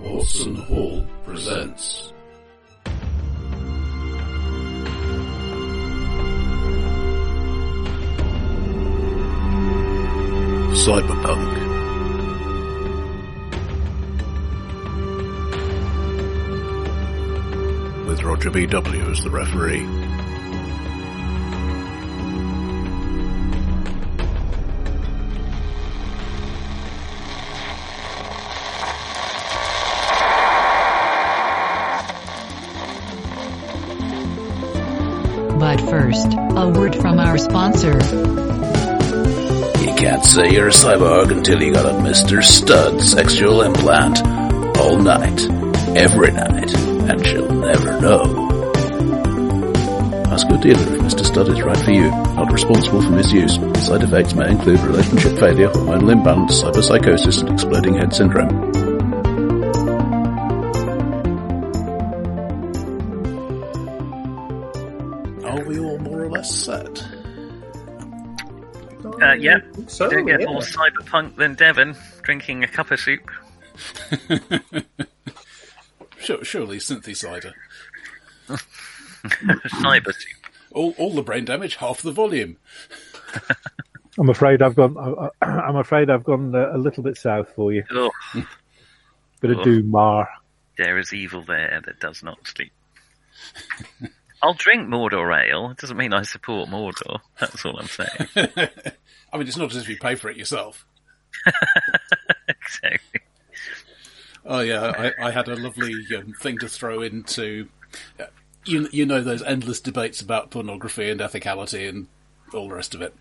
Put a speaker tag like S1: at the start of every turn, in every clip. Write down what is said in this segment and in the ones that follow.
S1: Watson Hall presents. Cyberpunk. With Roger B.W. as the referee.
S2: But first, a word from our sponsor.
S1: You can't say you're a cyborg until you got a Mr. Stud sexual implant. All night, every night, and she'll never know. Ask your dealer if Mr. Stud is right for you. Not responsible for misuse. Side effects may include relationship failure, hormonal imbalance, cyberpsychosis, and exploding head syndrome. Are we all more or less set?
S3: Uh, yeah,
S4: So,
S3: don't get
S4: yeah.
S3: more cyberpunk than Devon drinking a cup of soup.
S1: Sure, surely synthesizer.
S3: Cyber soup.
S1: All, all the brain damage, half the volume.
S5: I'm afraid I've gone. I- I- I'm afraid I've gone uh, a a little bit south for you.
S3: Oh,
S5: Bit of
S3: Oh.
S5: doom mar.
S3: there is evil there that does not sleep. I'll drink Mordor ale. It doesn't mean I support Mordor. That's all I'm saying.
S1: I mean, it's not as if you pay for it yourself.
S3: So,
S1: Oh yeah, I, I had a lovely um, thing to throw into. uh, You you know those endless debates about pornography and ethicality and all the rest of it.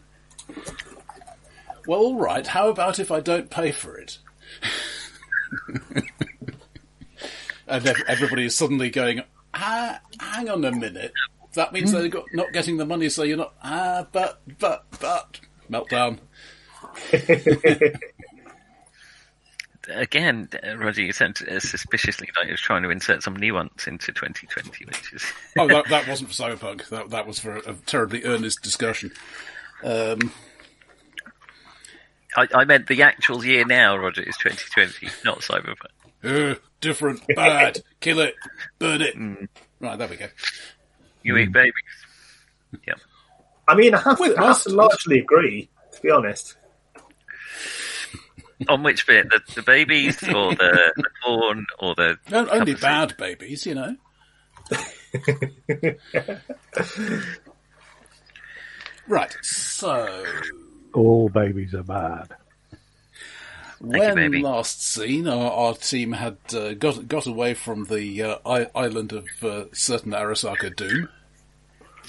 S1: Well, all right. How about if I don't pay for it? and ev- everybody is suddenly going, ah, hang on a minute. That means they're got, not getting the money, so you're not ah, but but but meltdown.
S3: again, uh, Roger, you sound uh, suspiciously like you're trying to insert some nuance into 2020, which is
S1: oh, that, that wasn't for cyberpunk. That that was for a terribly earnest discussion. Um,
S3: I, I meant the actual year now, Roger, is 2020, not cyberpunk.
S1: uh, different, bad, kill it, burn it.
S3: Hmm.
S1: Right, there we go.
S3: You
S4: Hmm.
S3: eat babies. Yep.
S4: I mean, I have,
S1: Wait,
S4: to, I have to
S1: mustard.
S4: largely agree, to be honest.
S3: On which bit? The, the babies or the, the porn or the.
S1: No,
S3: cup
S1: only
S3: of soup?
S1: bad babies, you know. right, so
S5: All babies are bad.
S3: you,
S1: when
S3: baby.
S1: last seen, our, our team had uh, got got away from the uh, I- island of uh, certain Arasaka Doom.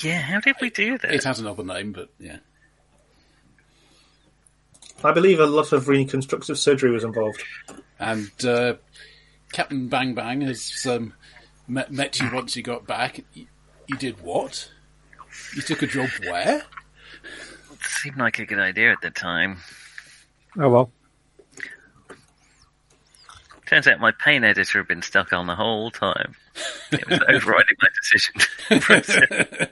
S3: Yeah, how did we do that?
S1: It has another name, but yeah.
S4: I believe a lot of reconstructive surgery was involved.
S1: And uh, Captain Bang Bang has um, met, met you once you got back. You, you did what? You took a job where?
S3: seemed like a good idea at the time.
S5: Oh well.
S3: Turns out my pain editor had been stuck on the whole time. It was overriding my decision. process.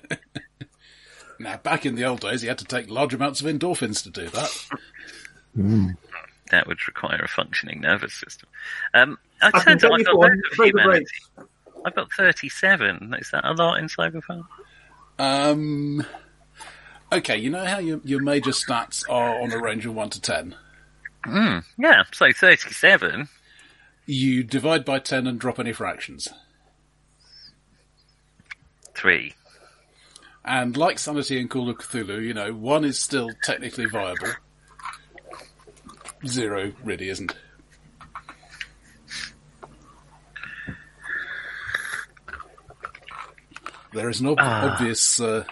S1: Now, back in the old days, you had to take large amounts of endorphins to do that.
S3: that would require a functioning nervous system. Um, I
S4: I can
S3: turned out
S4: tell
S3: I
S4: you
S3: got
S4: for one,
S3: loads of
S4: take a break.
S3: humanity. I've got 37. Is that a lot in Cyberpunk?
S1: Um, okay, you know how your, your major stats are on a range of 1 to 10?
S3: Yeah, so 37.
S1: You divide by 10 and drop any fractions.
S3: Three.
S1: And like Sanity and Call of Cthulhu, you know, 1 is still technically viable. 0 really isn't. There is an ob-
S3: Ah.
S1: obvious uh,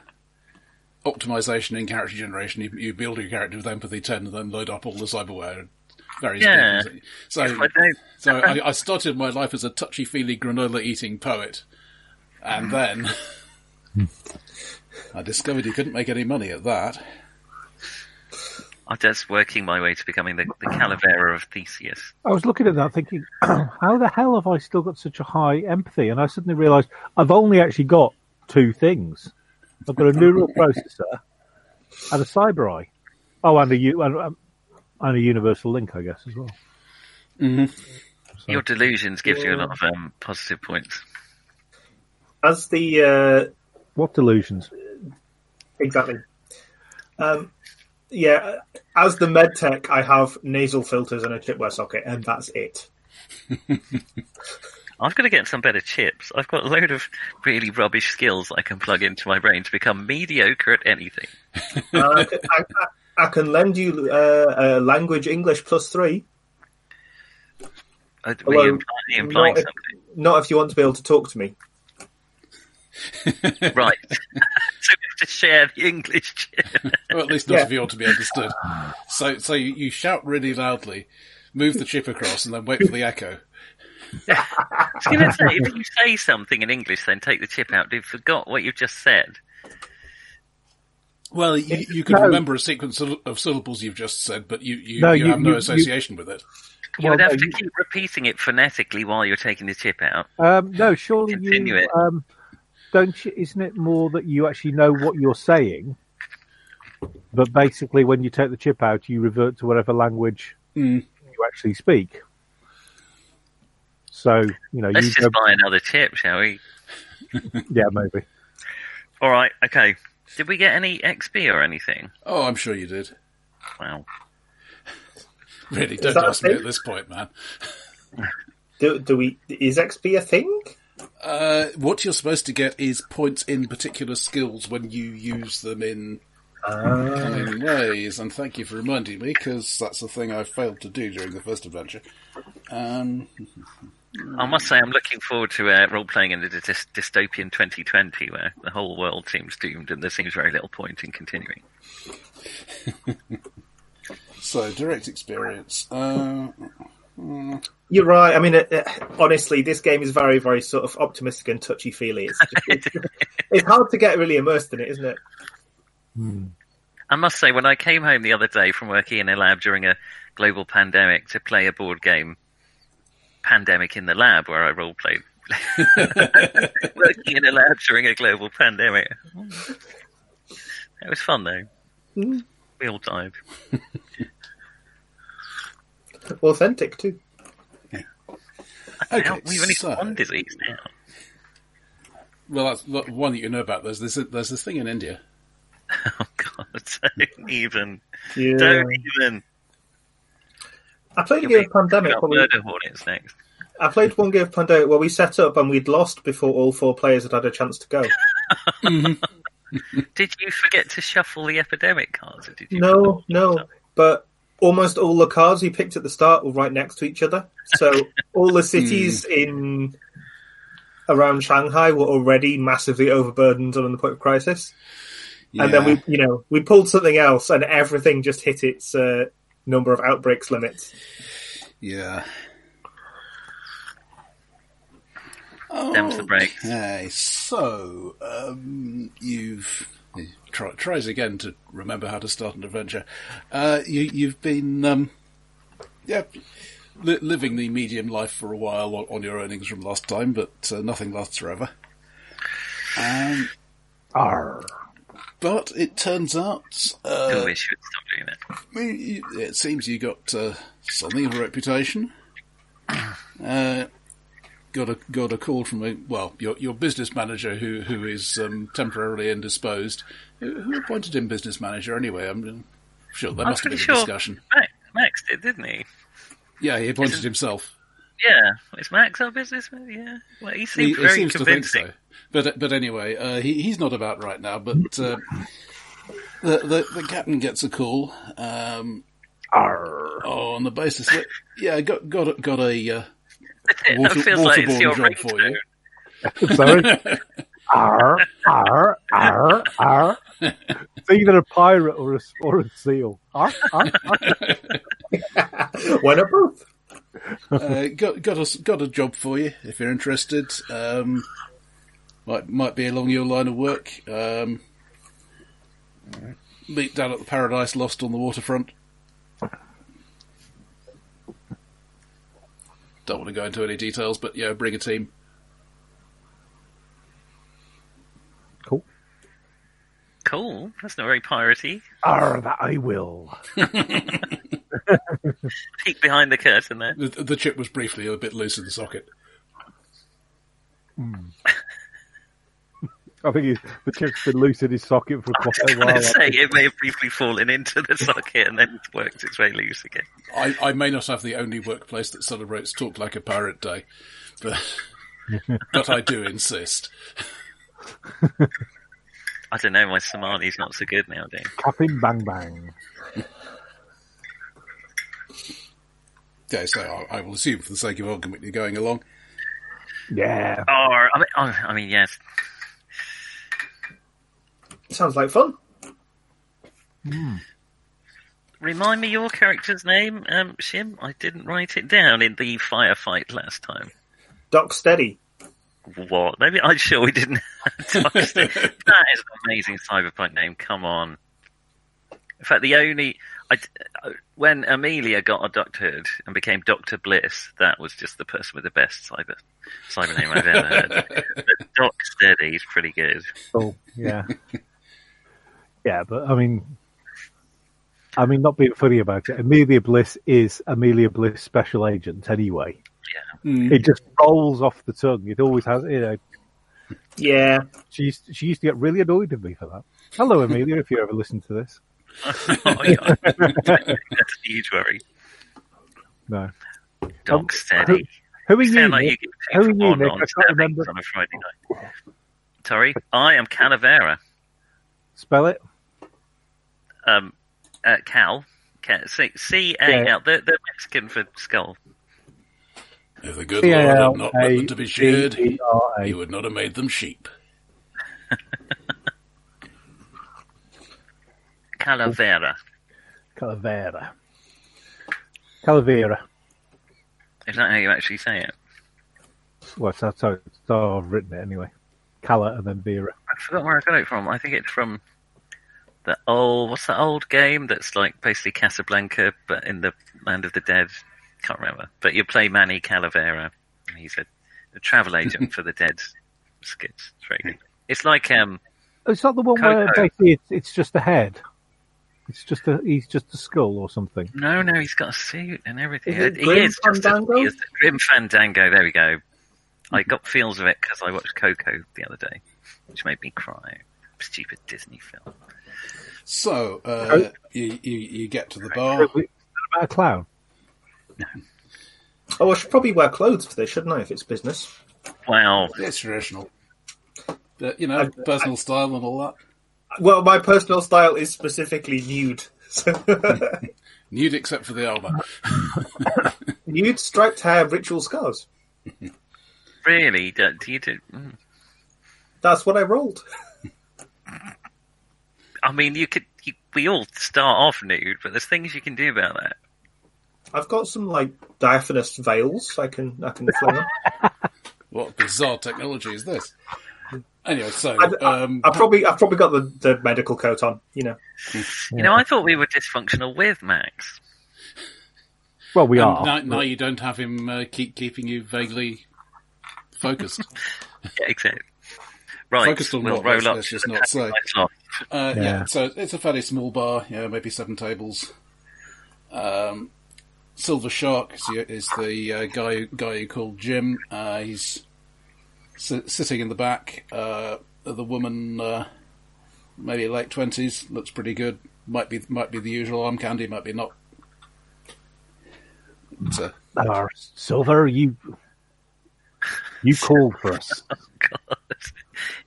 S1: optimization in character generation. You, you build your character with empathy 10 and then load up all the cyberware. and Various
S3: Yeah.
S1: things. So,
S3: I don't.
S1: so I, I started my life as a touchy feely granola eating poet, and then I discovered you couldn't make any money at that.
S3: I'm just working my way to becoming the, the Calavera of Theseus.
S5: I was looking at that thinking, how the hell have I still got such a high empathy? And I suddenly realised I've only actually got two things. I've got a neural processor and a cyber eye. Oh, and a, u- and, um, and a universal link, I guess, as well. So.
S3: Your delusions gives you a lot of um, positive points.
S4: As the uh,
S5: What delusions?
S4: Exactly. Um, yeah, as the med tech, I have nasal filters and a chipware socket, and that's it.
S3: I've got to get some better chips. I've got a load of really rubbish skills I can plug into my brain to become mediocre at anything.
S4: And I, can, I, I- I can lend you uh, uh, language English plus three,
S3: Uh, Were you
S4: Although,
S3: implying, implying
S4: not-
S3: something?
S4: not if you want to be able to talk to me.
S3: right. so we have to share the English chip.
S1: Or at least not
S4: Yeah.
S1: if you want to be understood. So, so you, you shout really loudly, move the chip across, and then wait for the echo.
S3: I was going to say, if you say something in English, then take the chip out. You've forgot what you've just said.
S1: Well, you, you can
S5: No.
S1: remember a sequence of of syllables you've just said, but you, you,
S5: No,
S1: you,
S5: you-
S1: have no
S5: you- you-
S1: association with it.
S3: You
S5: Well,
S3: would have
S5: no,
S3: to
S5: you-
S3: keep repeating it phonetically while you're taking the chip out.
S5: Um, no, surely
S3: Continue
S5: you
S3: it.
S5: um, don't. You, isn't it more that you actually know what you're saying? But basically, when you take the chip out, you revert to whatever language you actually speak. So you know,
S3: Let's
S5: you
S3: just
S5: go,
S3: buy another chip, shall we?
S5: yeah, maybe.
S3: All right, okay. Did we get any XP or anything?
S1: Oh, I'm sure you did.
S3: Wow.
S1: Really, don't
S4: that a
S1: ask me
S4: thing?
S1: at this point, man.
S4: Do, do we? Is XP a thing?
S1: Uh, what you're supposed to get is points in particular skills when you use them in cunning ways. And thank you for reminding me, because that's a thing I failed to do during the first adventure. Um,
S3: I must say, I'm looking forward to uh, role playing in the dys- dystopian 2020, where the whole world seems doomed and there seems very little point in continuing.
S1: so, direct experience. Uh,
S4: You're right. I mean, it, it- honestly, this game is very, very sort of optimistic and touchy feely. It's, it's, it's hard to get really immersed in it, isn't it?
S3: I must say, when I came home the other day from working in a lab during a global pandemic to play a board game, Pandemic in the Lab, where I role played. working in a lab during a global pandemic. It was fun, though. We all died.
S4: Authentic too.
S1: okay,
S3: Now, we've only
S1: so-
S3: got one disease now.
S1: Well, that's the one that you know about. There's this, there's this thing in India.
S3: Oh, God. Don't even.
S4: Yeah.
S3: Don't even.
S4: I played a
S3: You'll
S4: game
S3: be
S4: of Pandemic.
S3: about
S4: probably-
S3: murder hornets next.
S4: I played one game of Pandemic where we set up and we'd lost before all four players had had a chance to go.
S3: Did you forget to shuffle the epidemic cards? Or did you
S4: No, no. But almost all the cards we picked at the start were right next to each other. So all the cities in around Shanghai were already massively overburdened on the point of crisis. And then we, you know, we pulled something else, and everything just hit its uh, number of outbreaks limits.
S1: Yeah.
S3: Them's the breaks.
S1: Okay, so um, you've try, tries again to remember how to start an adventure. Uh, you, you've been um, yeah, li- living the medium life for a while on, on your earnings from last time, but uh, nothing lasts forever. Um,
S5: Arr.
S1: but it turns out uh,
S3: Oh, we should stop doing that.
S1: I mean, you- it seems you got uh, something of a reputation. Uh, got a got a call from a well, your your business manager who who is um, temporarily indisposed. Who, who appointed him business manager anyway? I'm sure there
S3: I was
S1: must have
S3: pretty
S1: been
S3: sure
S1: a discussion.
S3: Max, Max did, didn't he?
S1: Yeah, he appointed himself.
S3: Yeah. Is Max our businessman? Yeah. Well, he
S1: He,
S3: seemed
S1: he
S3: very
S1: seems to think
S3: convincing.
S1: so. But but anyway, uh, he he's not about right now. But uh, the, the the captain gets a call. Um, Oh, on the basis that yeah, got got a- got a. Uh,
S3: That
S1: Water-
S3: feels like it's
S1: waterboarding
S3: your
S1: job
S3: ringtone.
S1: for you.
S5: Sorry. Arr, arr, arr, arr. It's either a pirate or a, s- or a seal. Arr, arr, arr.
S4: Why not both?
S1: uh, got got a got a job for you if you're interested. Um, might might be along your line of work. Um, meet down at the Paradise Lost on the waterfront. Don't want to go into any details, but yeah, bring a team.
S5: Cool.
S3: Cool. That's not very piratey.
S5: Arr, that I will.
S3: Peek behind the curtain there.
S1: The, the chip was briefly a bit loose in the socket.
S5: I think he's, the chip's been loose in his socket for quite a
S3: I
S5: while.
S3: was gonna say it may have briefly fallen into the socket and then worked its way loose again.
S1: I, I may not have the only workplace that celebrates Talk Like a Pirate Day, but, but I do insist.
S3: I don't know. My Somali's not so good nowadays.
S5: Captain Bang Bang.
S1: Yeah, so I, I will assume for the sake of argument you're going along.
S5: Yeah.
S3: Or I mean, oh, I mean, yes.
S4: Sounds like fun.
S3: Remind me your character's name, um, Shim. I didn't write it down in the firefight last time.
S4: Doc Steady.
S3: What? Maybe I'm sure we didn't. that is an amazing cyberpunk name. Come on. In fact, the only I, uh, when Amelia got adducted and became Doctor Bliss, that was just the person with the best cyber cyber name I've ever heard. but Doc Steady is pretty good.
S5: Oh, yeah. yeah, but I mean, I mean, not being funny about it, Amelia Bliss is Amelia Bliss special agent anyway.
S3: Yeah.
S1: Mm.
S5: It just rolls off the tongue. It always has. You know,
S4: Yeah.
S5: she used, she used to get really annoyed with me for that. Hello, Amelia, if you ever listen to this.
S3: Oh, yeah. That's a huge worry.
S5: No.
S3: Doc
S5: Um,
S3: Steady.
S5: Who are
S3: You
S5: you?
S3: sound like you
S5: Nick?
S3: get paid
S5: Who are
S3: for
S5: you,
S3: one
S5: Nick?
S3: on
S5: I can't
S3: Saturdays
S5: remember.
S3: on a Friday night. Sorry, I am Calavera.
S5: Spell it.
S3: Um, uh, Cal. Ca- C- C-A-L. They're, they're Mexican for skull.
S1: If the good Lord had not meant them to be shared, he
S5: C-A-L-A-D-E-R-A.
S1: would not have made them sheep.
S3: Calavera.
S5: Calavera. Calavera.
S3: Is that how you actually say it?
S5: Well, that's how, that's how I've written it anyway. Cala and then Vera.
S3: I forgot where I got it from. I think it's from the old. What's that old game that's like basically Casablanca, but in the land of the dead? Can't remember. But you play Manny Calavera. and He's a, a travel agent for the dead skits. It's very good. It's like um,
S5: It's not Oh, the one where
S3: Coco.
S5: basically it's, it's just a head. It's just a he's just a skull or something.
S3: No, no, he's got a suit and everything.
S4: Is it
S3: he
S4: Grim
S3: is just a,
S4: Fandango?
S3: he is a Grim Fandango. There we go. I got feels of it because I watched Coco the other day, which made me cry. Stupid Disney film.
S1: So uh, you, you you get to the bar.
S5: It's about a clown.
S4: Oh, I should probably wear clothes for this, shouldn't I, if it's business?
S3: Wow.
S1: It's traditional, Uh, you know, personal style and all that.
S4: Well, my personal style is specifically nude. So
S1: Nude except for the armour.
S4: nude, striped hair, ritual scars.
S3: Really? Do, do you do? mm.
S4: That's what I rolled.
S3: I mean, you could. You, we all start off nude, but there's things you can do about that.
S4: I've got some like diaphanous veils. I can I can fling them.
S1: What bizarre technology is this? Anyway, so
S4: I, I-
S1: um,
S4: I probably I've probably got the, the medical coat on. You know,
S3: You know, I thought we were dysfunctional with Max.
S5: Well, we
S1: and
S5: are.
S1: now, now you don't have him uh, keep keeping you vaguely focused.
S3: Yeah, exactly. Right.
S1: Focused on
S3: we'll
S1: what?
S3: roll
S1: Let's-
S3: up.
S1: let's
S3: to
S1: just
S3: the
S1: not say.
S3: lights off.
S1: Uh, yeah.
S5: Yeah.
S1: so it's a fairly small bar, yeah, maybe seven tables. Um, Silver Shark is, is the uh, guy who- guy you called Jim. Uh, he's si- sitting in the back. Uh, the woman, uh, maybe late twenties, looks pretty good. Might be might be the usual arm candy, might be not. uh, It's a-
S5: Our Ah, silver, you you called for us.
S3: God,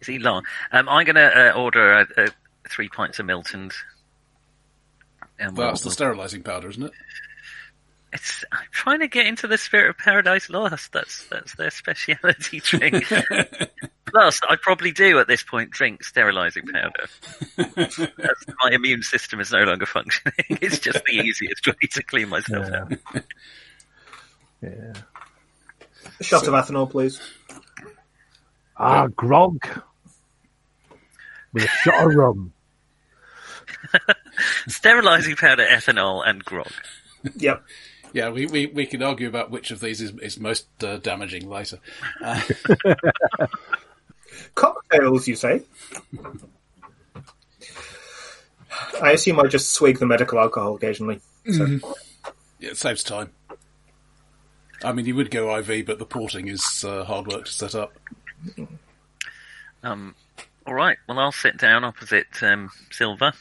S3: is he long? Um, I'm going to uh, order uh, uh, three pints of Milton's. And we'll-
S1: that's the sterilising powder, isn't it?
S3: it's, I'm trying to get into the spirit of Paradise Lost. That's that's their speciality drink. Plus, I probably do at this point drink sterilising powder. That's- my immune system is no longer functioning. It's just the easiest way to clean myself
S5: Yeah.
S3: out.
S5: yeah.
S4: a shot of ethanol, please.
S5: Ah, grog with a shot of rum.
S3: Sterilising powder, ethanol, and grog.
S4: Yep.
S1: Yeah, we, we, we can argue about which of these is, is most uh, damaging later.
S4: Cocktails, you say?
S1: Mm-hmm.
S4: I assume I just swig the medical alcohol occasionally. So.
S1: Yeah, it saves time. I mean, you would go IV, but the porting is uh, hard work to set up.
S3: Um, all right. Well, I'll sit down opposite um, Silver.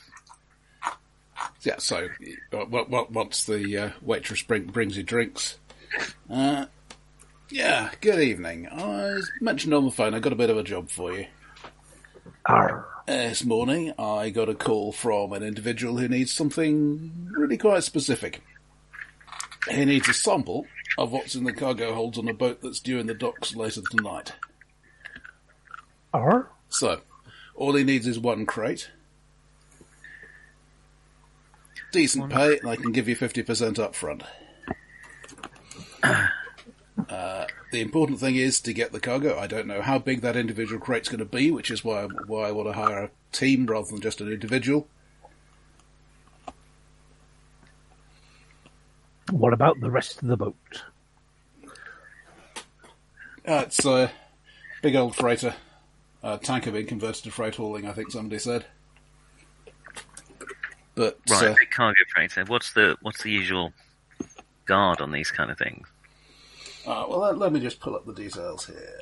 S1: Yeah, so uh, well, well, once the uh, waitress bring, brings you drinks, uh, yeah, good evening. I was mentioned on the phone, I got a bit of a job for you. Uh, This morning, I got a call from an individual who needs something really quite specific. He needs a sample of what's in the cargo holds on a boat that's due in the docks later tonight.
S5: Arr.
S1: So, all he needs is one crate. Decent pay, and I can give you 50% up front. Uh, the important thing is to get the cargo. I don't know how big that individual crate's going to be, which is why, why I want to hire a team rather than just an individual.
S5: What about the rest of the boat?
S1: Uh, it's a big old freighter. Uh, tanker being converted to freight hauling, I think somebody said. But
S3: Right,
S1: uh,
S3: big cargo freighter. What's the what's the usual guard on these kind of things?
S1: Uh, well, let, let me just pull up the details here.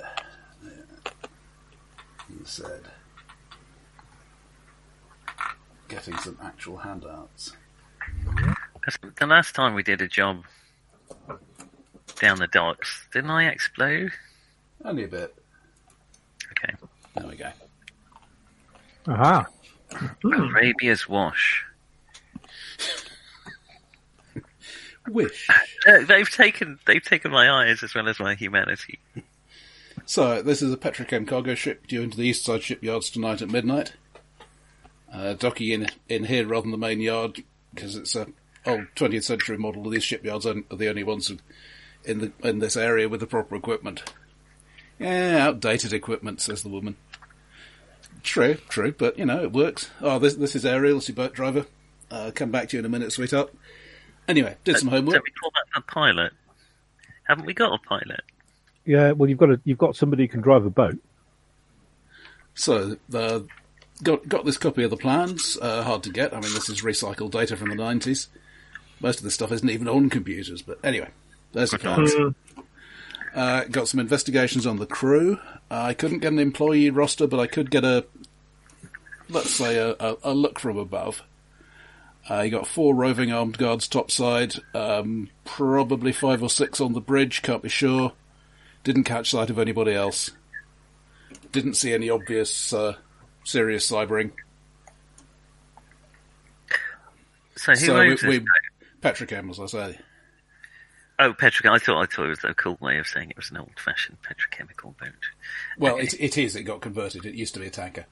S1: He said, getting some actual handouts.
S3: 'Cause the last time we did a job down the docks, didn't I explode?
S1: Only a bit.
S3: Okay.
S1: There we go.
S5: Aha.
S3: Arabia's Wash.
S1: Wish.
S3: Uh, they've taken they've taken my eyes as well as my humanity.
S1: So, this is a petrochem cargo ship due into the east side shipyards tonight at midnight. Uh, docking in, in here rather than the main yard because it's a old 20th century model. These shipyards are are the only ones in the in this area with the proper equipment. Yeah, outdated equipment, says the woman. True, true, but you know it works. Oh, this this is Ariel, it's your boat driver. Uh, come back to you in a minute, sweetheart. Anyway, did some
S3: Don't
S1: homework.
S3: we call that a pilot? Haven't we got a pilot?
S5: Yeah. Well, you've got a, you've got somebody who can drive a boat.
S1: So uh, got got this copy of the plans. Uh, hard to get. I mean, this is recycled data from the nineties. Most of this stuff isn't even on computers. But anyway, there's the plans. Uh, got some investigations on the crew. I couldn't get an employee roster, but I could get a let's say a, a, a look from above. Uh, you got four roving armed guards topside, um, probably five or six on the bridge. Can't be sure. Didn't catch sight of anybody else didn't see any obvious uh, serious cybering.
S3: So who
S1: so
S3: owns
S1: we,
S3: this?
S1: we Petrochem, as I say.
S3: Oh, petrochem. I thought I thought it was a cool way of saying it was an old-fashioned petrochemical boat.
S1: Well, it, it is. It got converted. It used to be a tanker.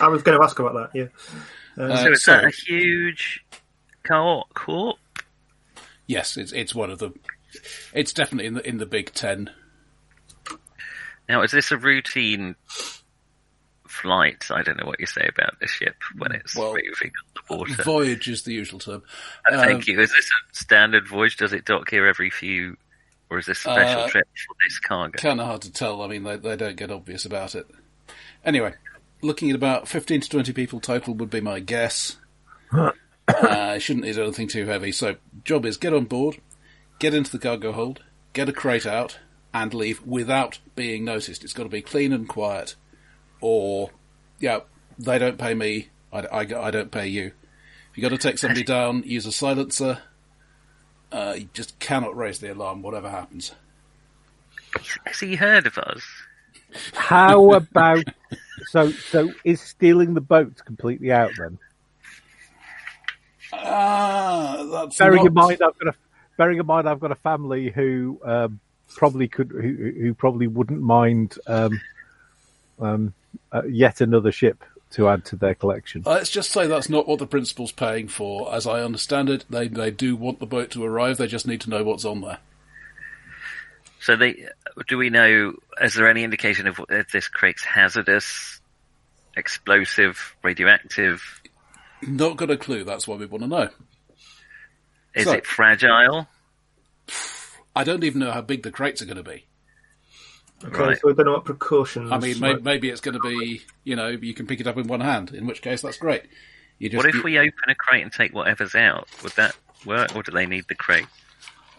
S4: I was going to ask about that. Yeah,
S1: Uh,
S3: so is
S1: so-
S3: that a huge co-op? co-op?
S1: yes, it's it's one of the. It's definitely in the in the Big Ten.
S3: Now, is this a routine flight? I don't know what you say about the ship when it's
S1: Well,
S3: moving on the water.
S1: Voyage is the usual term. Um,
S3: Uh, Thank you. Is this a standard voyage? Does it dock here every few, or is this a special
S1: Uh,
S3: trip for this cargo?
S1: Kind of hard to tell. I mean, they they don't get obvious about it. Anyway, looking at about fifteen to twenty people total would be my guess. uh, shouldn't need anything too heavy. So, job is get on board, get into the cargo hold, get a crate out, and leave without being noticed. It's got to be clean and quiet, or yeah, they don't pay me. I, I- I don't pay you. If you got to take somebody down, use a silencer. Uh, you just cannot raise the alarm, whatever happens.
S3: Has he heard of us?
S5: How about so so is stealing the boat completely out then?
S1: Ah, that's
S5: Bearing
S1: not-
S5: in mind I've got a bearing in mind I've got a family who um, probably could who, who probably wouldn't mind um, um, uh, yet another ship to add to their collection.
S1: uh, Let's just say that's not what the principal's paying for. As I understand it, they they do want the boat to arrive. They just need to know what's on there.
S3: So they, do we know? Is there any indication of if this crate's hazardous, explosive, radioactive?
S1: Not got a clue. That's why we want to know.
S3: Is
S1: So-
S3: it fragile?
S1: I don't even know how big the crates are going to be.
S4: okay.
S3: Right.
S4: So I don't know what precautions.
S1: I mean, may, maybe it's going to be you know you can pick it up in one hand. In which case, that's great. You just
S3: What if we open a crate and take whatever's out? Would that work, or do they need the crate?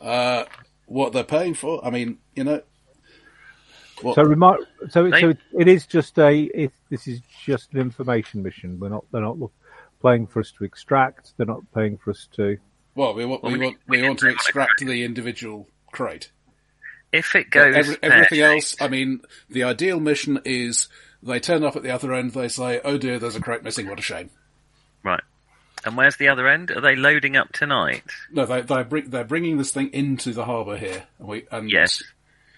S1: Uh, what they're paying for? I mean, you know,
S5: So, remark, so, it- so it- it is just a. It, this is just an information mission. We're not. They're not look, playing for us to extract. They're not paying for us to.
S1: well, we want we
S3: we-
S1: want
S3: we didn't
S1: we want to
S3: really want to
S1: extract the individual crate.
S3: If it goes,
S1: Every,
S3: there,
S1: everything else, I mean, the ideal mission is they turn up at the other end. They say, "Oh dear, there's a crate missing. What a shame."
S3: right? And where's the other end? Are they loading up tonight?
S1: No, they they bring, they're bringing this thing into the harbour here, and we and
S3: Yes.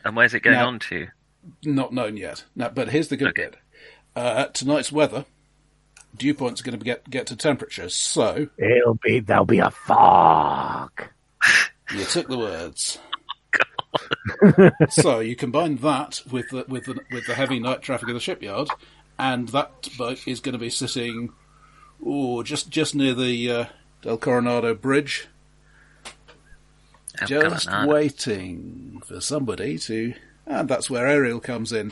S3: And where's it going
S1: No.
S3: on to?
S1: not known yet. Now, but here's the good
S3: Okay.
S1: bit: uh, tonight's weather, dew point's going to get get to temperature. So
S5: It'll be. There'll be a fog.
S1: you took the words. so you combine that with the with the with the heavy night traffic of the shipyard, and that boat is going to be sitting, oh, just just near the uh, Del Coronado Bridge,
S3: Oh,
S1: just
S3: God, no.
S1: waiting for somebody to. And that's where Ariel comes in.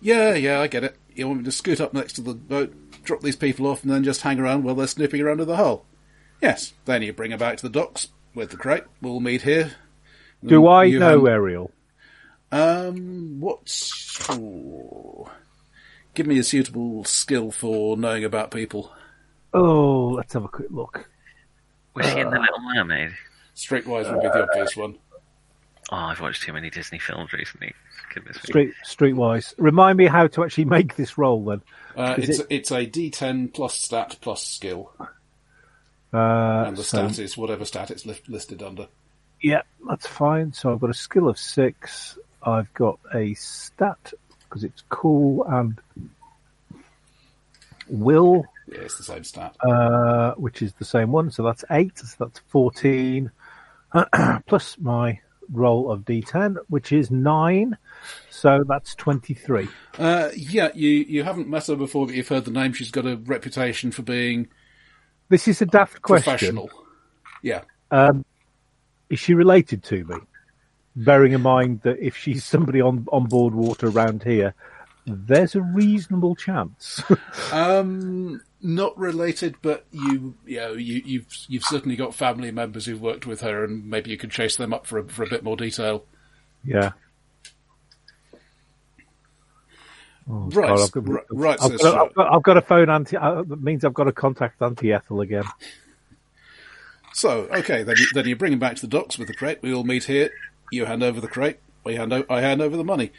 S1: Yeah, yeah, I get it. You want me to scoot up next to the boat, drop these people off, and then just hang around while they're snooping around in the hull? Yes. Then you bring her back to the docks with the crate. We'll meet here.
S5: Do I
S1: You
S5: know
S1: and-
S5: Ariel?
S1: Um, what's. ooh. Give me a suitable skill for knowing about people.
S5: Oh, let's have a quick look.
S3: Was she in the Little Mermaid?
S1: Streetwise would be the obvious one.
S3: Oh, I've watched too many Disney films recently. Goodness me.
S5: Street Streetwise. Remind me how to actually make this roll then.
S1: Uh,
S5: Is
S1: it's, it's a d10 plus stat plus skill.
S5: Uh,
S1: and the
S5: so-
S1: stat is whatever stat it's list- listed under.
S5: Yeah, that's fine. So I've got a skill of six. I've got a stat because it's cool and will,
S1: Yeah, it's the same stat.
S5: uh, which is the same one. So that's eight. So that's 14 plus my roll of d10, which is nine. So that's 23.
S1: Uh, yeah, you, you haven't met her before, but you've heard the name. She's got a reputation for being
S5: This is a daft question.
S1: professional. Yeah.
S5: Is she related to me?
S1: Hmm.
S5: Bearing in mind that if she's somebody on, on board water around here, there's a reasonable chance.
S1: Um, not related, but you, you know, you, you've, you've certainly got family members who've worked with her, and maybe you can chase them up for a, for a bit more detail.
S5: Yeah.
S1: right,
S5: God, I've got-
S1: r- right,
S5: I've
S1: says
S5: got,
S1: Stuart.
S5: I've got- I've got to phone Auntie. Uh, that means I've got to contact Auntie Ethel again.
S1: So, okay, then you, then you bring him back to the docks with the crate. We all meet here. You hand over the crate. We hand o- I hand over the money.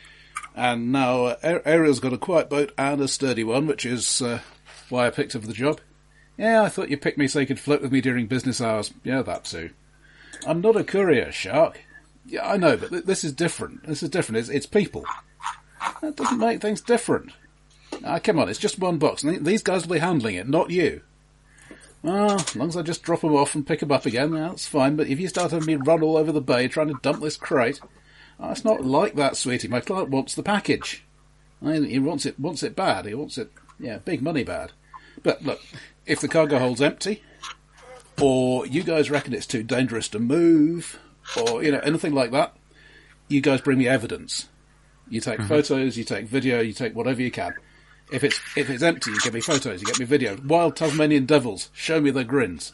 S1: And now uh, A- Ariel's got a quiet boat and a sturdy one, which is uh, why I picked her for the job. Yeah, I thought you picked me so you could float with me during business hours. Yeah, that too. I'm not a courier, Shark. Yeah, I know, but th- this is different. This is different. It's, it's people. That doesn't make things different. Ah, come on, it's just one box. and th- These guys will be handling it, not you. Ah, as long as I just drop them off and pick them up again, that's fine. But if you start having me run all over the bay trying to dump this crate, ah, it's not like that, sweetie. My client wants the package. I, he wants it, wants it bad. He wants it, yeah, big money bad. But look, if the cargo hold's empty, or you guys reckon it's too dangerous to move, or you know anything like that, you guys bring me evidence. You take photos, you take video, you take whatever you can. If it's if it's empty, you get me photos, you get me video. Wild Tasmanian devils, show me their grins.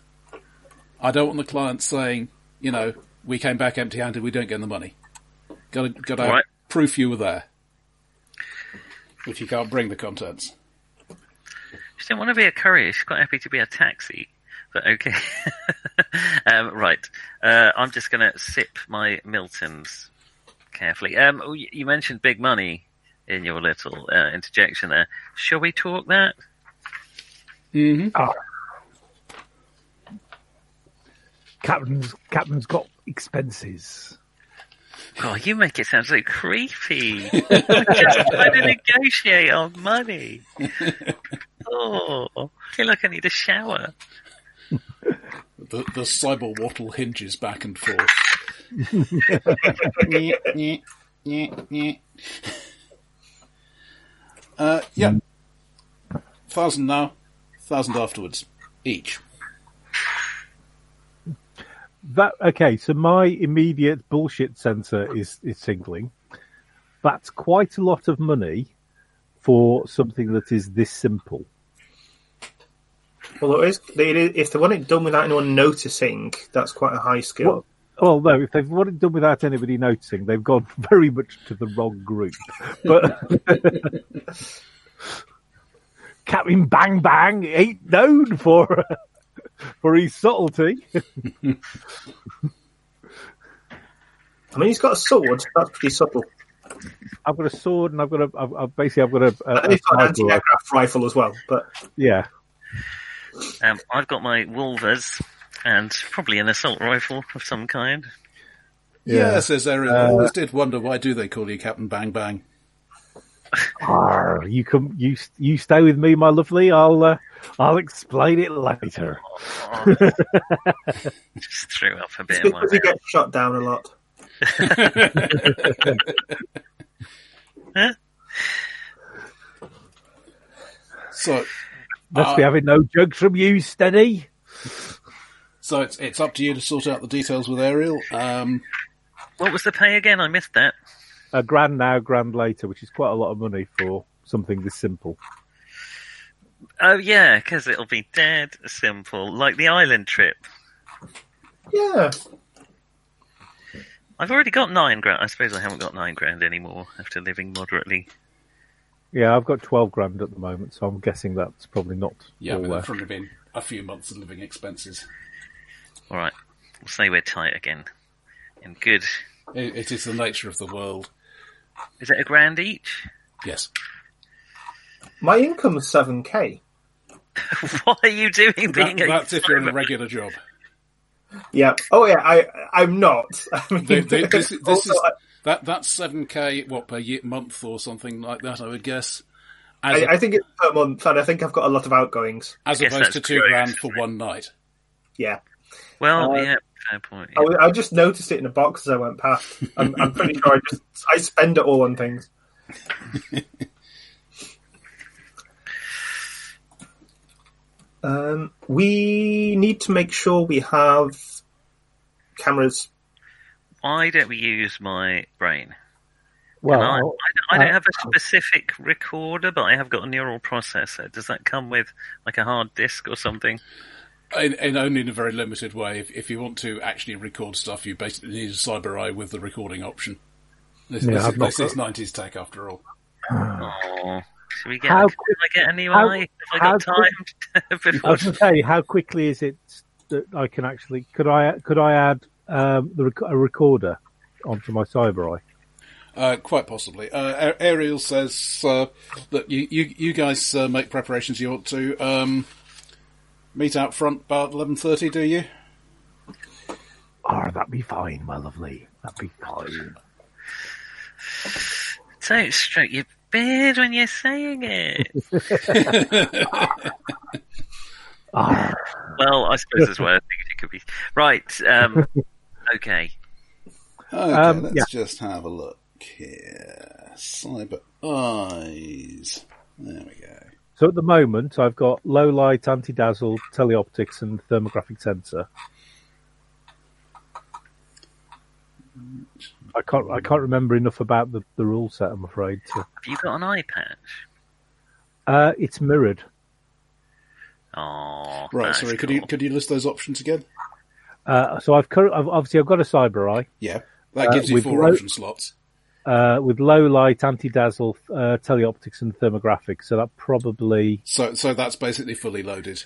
S1: I don't want the client saying, you know, we came back empty-handed, we don't get the money. Got to got to
S3: Right.
S1: proof you were there. If you can't bring the contents,
S3: She didn't want to be a courier. She's quite happy to be a taxi. But okay. um, right. Uh, I'm just going to sip my Milton's carefully. Um, oh, y- you mentioned big money in your little uh, interjection there. Shall we talk that?
S5: Captain's Captain's got expenses.
S3: Oh, you make it sound so creepy. We're just trying to negotiate on money. Oh, I feel like I need a shower.
S1: the the cyber wattle hinges back and forth. Nyeh, nyeh, nyeh, nyeh. uh, yeah, thousand now, thousand afterwards, each.
S5: That okay? So my immediate bullshit sensor is is tingling. That's quite a lot of money for something that is this simple.
S4: Well, it is, it is, if they want it done without anyone noticing, that's quite a high skill.
S5: Well, well, no, if they've got it done without anybody noticing, they've gone very much to the wrong group. But Captain Bang Bang ain't known for for his subtlety.
S4: I mean, he's got a sword. That's pretty subtle.
S5: I've got a sword, and I've got a I've, I've basically I've got a, a,
S4: And
S5: a
S4: he's got an
S5: sniper rifle.
S4: anti-aircraft rifle as well. But
S5: yeah.
S3: Um, I've got my Wolvers and probably an assault rifle of some kind.
S1: Yeah, says Erin. I always did wonder why do they call you Captain Bang Bang?
S5: Arr, you come, you you stay with me, my lovely. I'll uh, I'll explain it later.
S3: Oh, just threw up a bit.
S4: it's
S3: in my
S4: because he
S3: mouth.
S4: gets shot down a lot.
S1: So,
S5: Must
S1: Ah.
S5: be having no jokes from you, steady.
S1: so it's it's up to you to sort out the details with Ariel. Um,
S3: What was the pay again? I missed that.
S5: A grand now, grand later, which is quite a lot of money for something this simple.
S3: Oh yeah, because it'll be dead simple, like the island trip.
S4: Yeah,
S3: I've already got nine grand. I suppose I haven't got nine grand anymore after living moderately.
S5: Yeah, I've got twelve grand at the moment, so I'm guessing that's probably not.
S1: yeah,
S5: all
S1: but
S5: there.
S1: that probably been a few months of living expenses.
S3: All right, we'll say we're tight again. And good.
S1: It, it is the nature of the world.
S3: Is it a grand each?
S1: Yes.
S4: my income's seven k.
S3: what are you doing?
S1: That,
S3: Being a
S1: that's if you're in a regular job.
S4: Yeah. Oh yeah, I I'm not. I mean,
S1: They, they, this, this is
S4: also,
S1: that that's seven k what per year, month or something like that. I would guess, as,
S4: I, I think it's per month, and I think I've got a lot of outgoings.
S1: as
S3: Yes,
S1: opposed to
S3: that's
S1: two
S3: correct.
S1: grand for one night.
S4: Yeah,
S3: well,
S4: Uh,
S3: yeah, fair point.
S5: oh,
S4: I, I just noticed it in a box as I went past. I'm, I'm pretty sure I just I spend it all on things. um, we need to make sure we have cameras.
S3: Why don't we use my brain?
S5: Well,
S3: And I,
S5: I'll-
S3: I, I don't
S5: uh,
S3: have a specific recorder, but I have got a neural processor. Does that come with like a hard disk or something?
S1: In, in only in a very limited way. If, if you want to actually record stuff, you basically need a cyber eye with the recording option. This,
S5: Yeah,
S1: this,
S5: I've
S1: is,
S5: not
S1: this is 90s tech after all.
S3: Oh, should we get?
S5: How
S3: can
S5: quick-
S3: I get a new
S5: how-
S3: eye? Have I
S5: how
S3: got time
S5: I
S3: before?
S5: was going to say, how quickly is it that I can actually could I could I add um, the rec- a recorder onto my cyber eye?
S1: Uh, quite possibly. Uh, A- Ariel says uh, that you, you, you guys uh, make preparations you ought to. Um, meet out front about 11.30, do you?
S5: Ah, that'd be fine, my lovely. That'd be fine.
S3: Don't stroke your beard when you're saying it.
S5: Ah,
S3: well, I suppose there's worse things you could be. Right. Um, okay.
S1: Okay,
S5: Um,
S1: let's
S5: yeah.
S1: just have a look here. Cyber eyes. There we go.
S5: So at the moment, I've got low light, anti dazzle, teleoptics, and thermographic sensor. I can't. I can't remember enough about the, the rule set. I'm afraid. To,
S3: Have you got an eye patch?
S5: uh, it's mirrored.
S3: Oh,
S1: Right,
S3: that's
S1: sorry, could you
S3: cool.
S1: could you list those options again?
S5: Uh, so I've, cur- I've obviously I've got a cyber eye
S1: Yeah. That
S5: Uh,
S1: gives you
S5: with
S1: four
S5: ro-
S1: option slots.
S5: uh, with low light, anti dazzle, uh, teleoptics, and thermographic. So that probably
S1: So so that's basically fully loaded.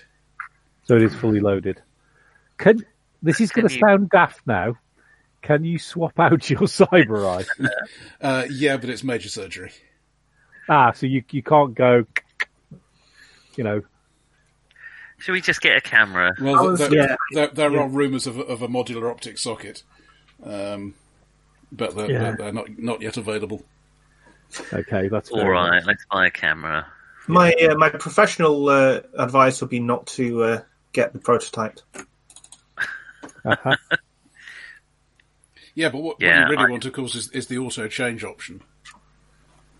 S5: So it is fully loaded. Can this is going to
S3: Can you-
S5: sound daft now? Can you swap out your cyber eye?
S1: Uh, yeah, but it's major surgery.
S5: ah, so you you can't go. You know,
S3: Should we just get a camera?
S4: I
S1: Well,
S4: was-
S1: there,
S5: Oh, yeah.
S1: there, there are rumours of, a- of a modular optic socket, um, but they're,
S5: Yeah.
S1: they're, they're not not yet available.
S5: okay, that's fair
S3: All right,
S5: enough.
S3: let's buy a camera.
S4: My uh, my professional uh, advice would be not to uh, get the prototype.
S5: Uh-huh.
S1: Yeah, but what,
S3: Yeah,
S1: what you really
S3: I-
S1: want, of course, is, is the auto change option.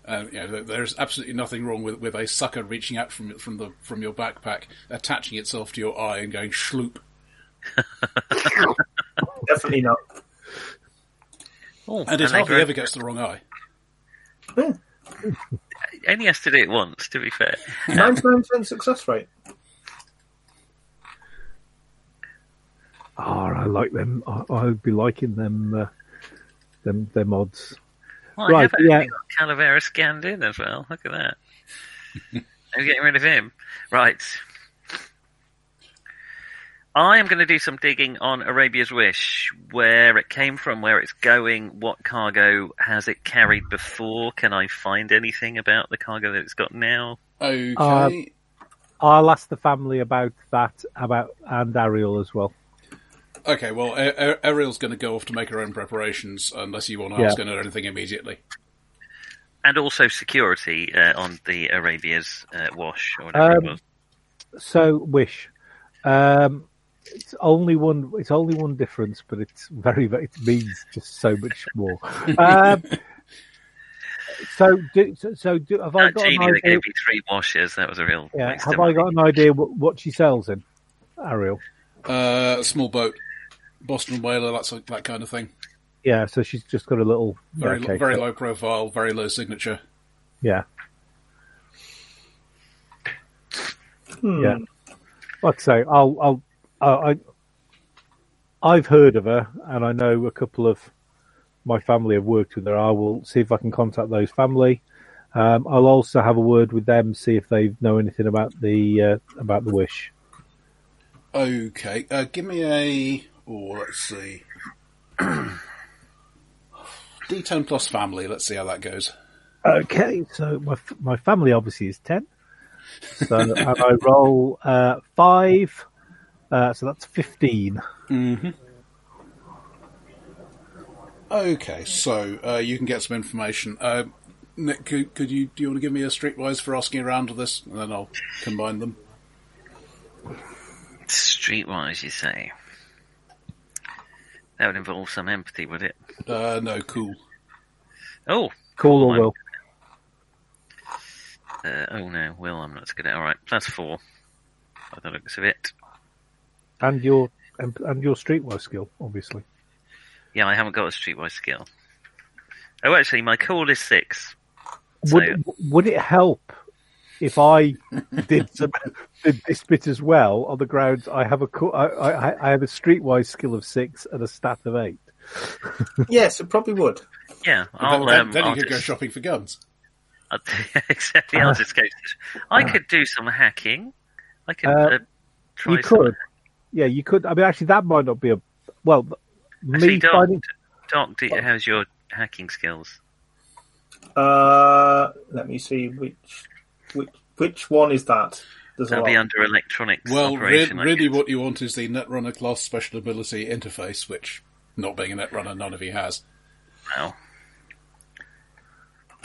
S1: Uh, you know, there- there's absolutely nothing wrong with, with a sucker reaching out from from the from your backpack, attaching itself to your eye, and going schloop.
S4: Definitely not.
S3: Oh,
S1: And it
S3: they
S1: hardly
S3: grow-
S1: ever gets the wrong eye.
S3: only has to do it once. To be fair,
S4: Ninety nine percent success rate.
S5: Ah, I like them. I, I would be liking them. Uh, them them odds.
S3: Well, right,
S5: Right,
S3: yeah.
S5: yeah.
S3: Got Calavera scanned in as well. Look at that. They're getting rid of him. Right. I am going to do some digging on Arabia's Wish, where it came from, where it's going, what cargo has it carried before? Can I find anything about the cargo that it's got now?
S1: Okay.
S5: Uh, I'll ask the family about that, about and Ariel as well.
S1: okay. Well, A- A- Ariel's going to go off to make her own preparations unless you want to
S5: Yeah.
S1: ask her anything immediately.
S3: And also security uh, on the Arabia's uh, Wash, or whatever it
S5: Um,
S3: was.
S5: So wish. Um, it's only one. It's only one difference, but it's very. very It means just so much more. Um, so, do, so, so do, have I
S3: That
S5: got an
S3: genie that
S5: idea?
S3: gave me three washes, that was a real
S5: Yeah,
S3: waste
S5: have
S3: of
S5: I
S3: money.
S5: got an idea what, what she sells in Ariel?
S1: Uh, small boat, Boston whaler, that's that kind of thing.
S5: Yeah, so she's just got a little.
S1: Very
S5: okay,
S1: very
S5: so-
S1: low profile, very low signature.
S5: Yeah. Yeah. Like I say, I'll, I'll, I, I- I've heard of her, and I know a couple of my family have worked with her. I will see if I can contact those family. Um, I'll also have a word with them, see if they know anything about the uh, about the wish.
S1: Okay, uh, give me a. Oh, let's see. D10 plus family. Let's see how that goes.
S5: Okay, so my f- my family obviously is ten, so and I roll uh, five, uh, so that's fifteen.
S1: Okay, so uh, you can get some information. Uh, Nick, could, could you do you want to give me a streetwise for asking around to this, and then I'll combine them.
S3: Streetwise, you say? That would involve some empathy, would it?
S1: Uh, no, cool.
S3: Oh,
S5: Cool or
S3: I'm-
S5: will?
S3: uh, oh no, Will, I'm not so good at. All right, plus four. By the looks of it.
S5: and your and, and your streetwise skill, obviously.
S3: Yeah, I haven't got a streetwise skill. Oh, actually, my call is six. So-
S5: Would would it help if I did some, did this bit as well on the grounds I have a co- I, I, I have a streetwise skill of six and a stat of eight.
S4: Yes, it probably would.
S3: Yeah, I'll.
S1: then
S3: um,
S1: then
S3: I'll
S1: you could go
S3: just-
S1: shopping for guns.
S3: I'll- exactly. I'll just go. I
S1: Uh-huh.
S3: could do some hacking. I could.
S5: Uh,
S3: Uh, try
S5: you could, yeah, you could. I mean, actually, that might not be a well.
S3: Some... Actually,
S5: Me
S3: Doc,
S5: finding
S3: Doc, do- how's your hacking skills?
S4: Uh, let me see which which which one is that? There's
S3: That'll
S4: a
S3: be
S4: lot.
S3: under electronics.
S1: Well, re-
S3: operation, I
S1: really,
S3: guess.
S1: what you want is the Netrunner class special ability interface, which, not being a Netrunner, none of you has.
S3: Well,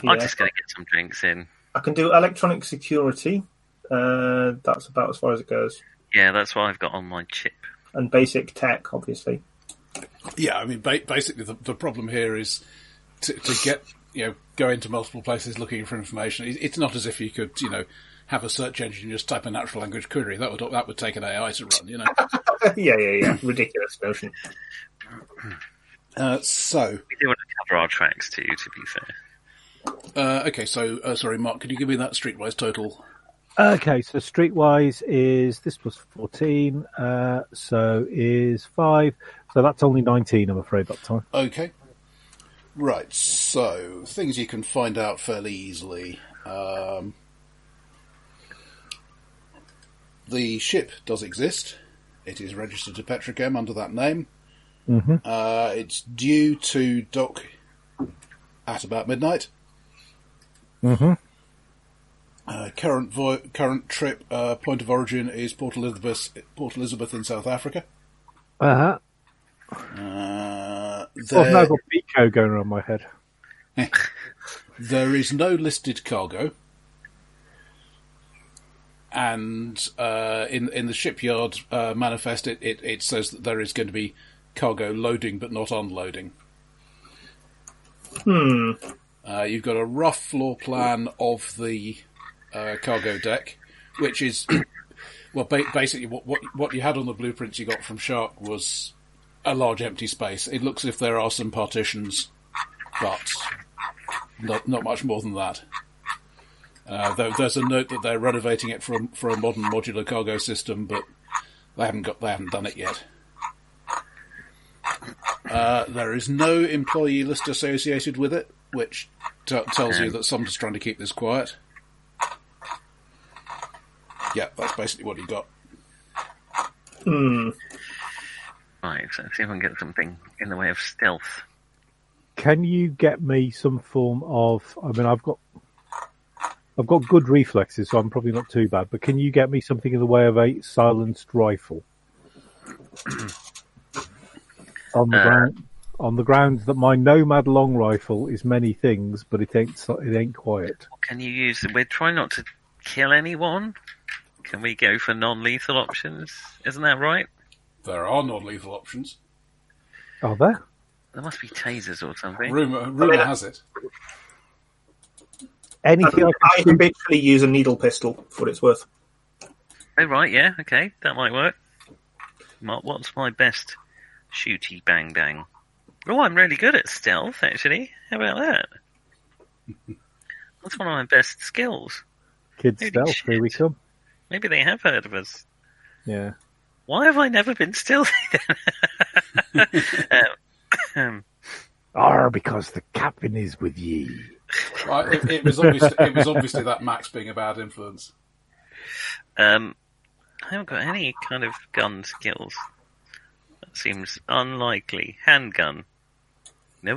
S3: I'm
S4: Yeah.
S3: just going to get some drinks in.
S4: I can do electronic security. Uh, that's about as far as it goes.
S3: Yeah, that's what I've got on my chip.
S4: And basic tech, obviously.
S1: Yeah, I mean, ba- basically, the, the problem here is to, to get you know go into multiple places looking for information. It, it's not as if you could you know have a search engine and just type a natural language query. That would that would take an AI to run. You know.
S4: yeah, yeah, yeah. Ridiculous notion.
S1: Uh, so
S3: We do want to cover our tracks too, to be fair.
S1: uh, okay, so uh, sorry, Mark, could you give me that streetwise total?
S5: okay, so streetwise is this plus fourteen, uh, so is five, so that's only nineteen. I'm afraid that time.
S1: Okay. Right, so things you can find out fairly easily. Um, the ship does exist. It is registered to Petrochem under that name. Uh, it's due to dock at about midnight. Uh, current vo- current trip uh, point of origin is Port Elizabeth, Port Elizabeth in South Africa.
S5: Uh huh.
S1: Uh,
S5: I've now
S1: there-
S5: got Pico going around my head.
S1: There is no listed cargo, and uh, in in the shipyard uh, manifest, it, it it says that there is going to be cargo loading but not unloading. Hmm. Uh, you've got a rough floor plan of the uh, cargo deck, which is well, ba- basically what, what what you had on the blueprints you got from Shark was a large empty space. It looks as if there are some partitions, but not not much more than that. Uh, though there's a note that they're renovating it for a, for a modern modular cargo system, but they haven't got they haven't done it yet. Uh, there is no employee list associated with it, which t- tells you that someone's trying to keep this quiet. Yeah, that's basically what he got.
S3: Right, so let's see if I can get something in the way of stealth.
S5: Can you get me some form of? I mean, I've got, I've got good reflexes, so I'm probably not too bad. But can you get me something in the way of a silenced rifle? on the
S3: Uh.
S5: ground, on the grounds that my Nomad long rifle is many things, but it ain't so- it ain't quiet.
S3: Can you use? We're trying not to kill anyone. Can we go for non-lethal options? Isn't that right?
S1: There are non-lethal options.
S5: Are there?
S3: There must be tasers or something.
S1: Rumor, rumor has it.
S5: Anything
S4: I,
S5: I can shoot?
S4: habitually use a needle pistol for what it's worth.
S3: Oh right, yeah, okay, that might work. Mark, what's my best shooty bang bang? Oh, I'm really good at stealth actually. How about that? That's one of my best skills.
S5: Kid
S3: Holy
S5: stealth, here we
S3: shit.
S5: come.
S3: Maybe they have heard of us.
S5: Yeah.
S3: Why have I never been stealthy? then? um,
S5: Ah, because the captain is with ye.
S1: Right, it, it was obviously, it was obviously that Max being a bad influence.
S3: um, I haven't got any kind of gun skills. That seems unlikely. Handgun.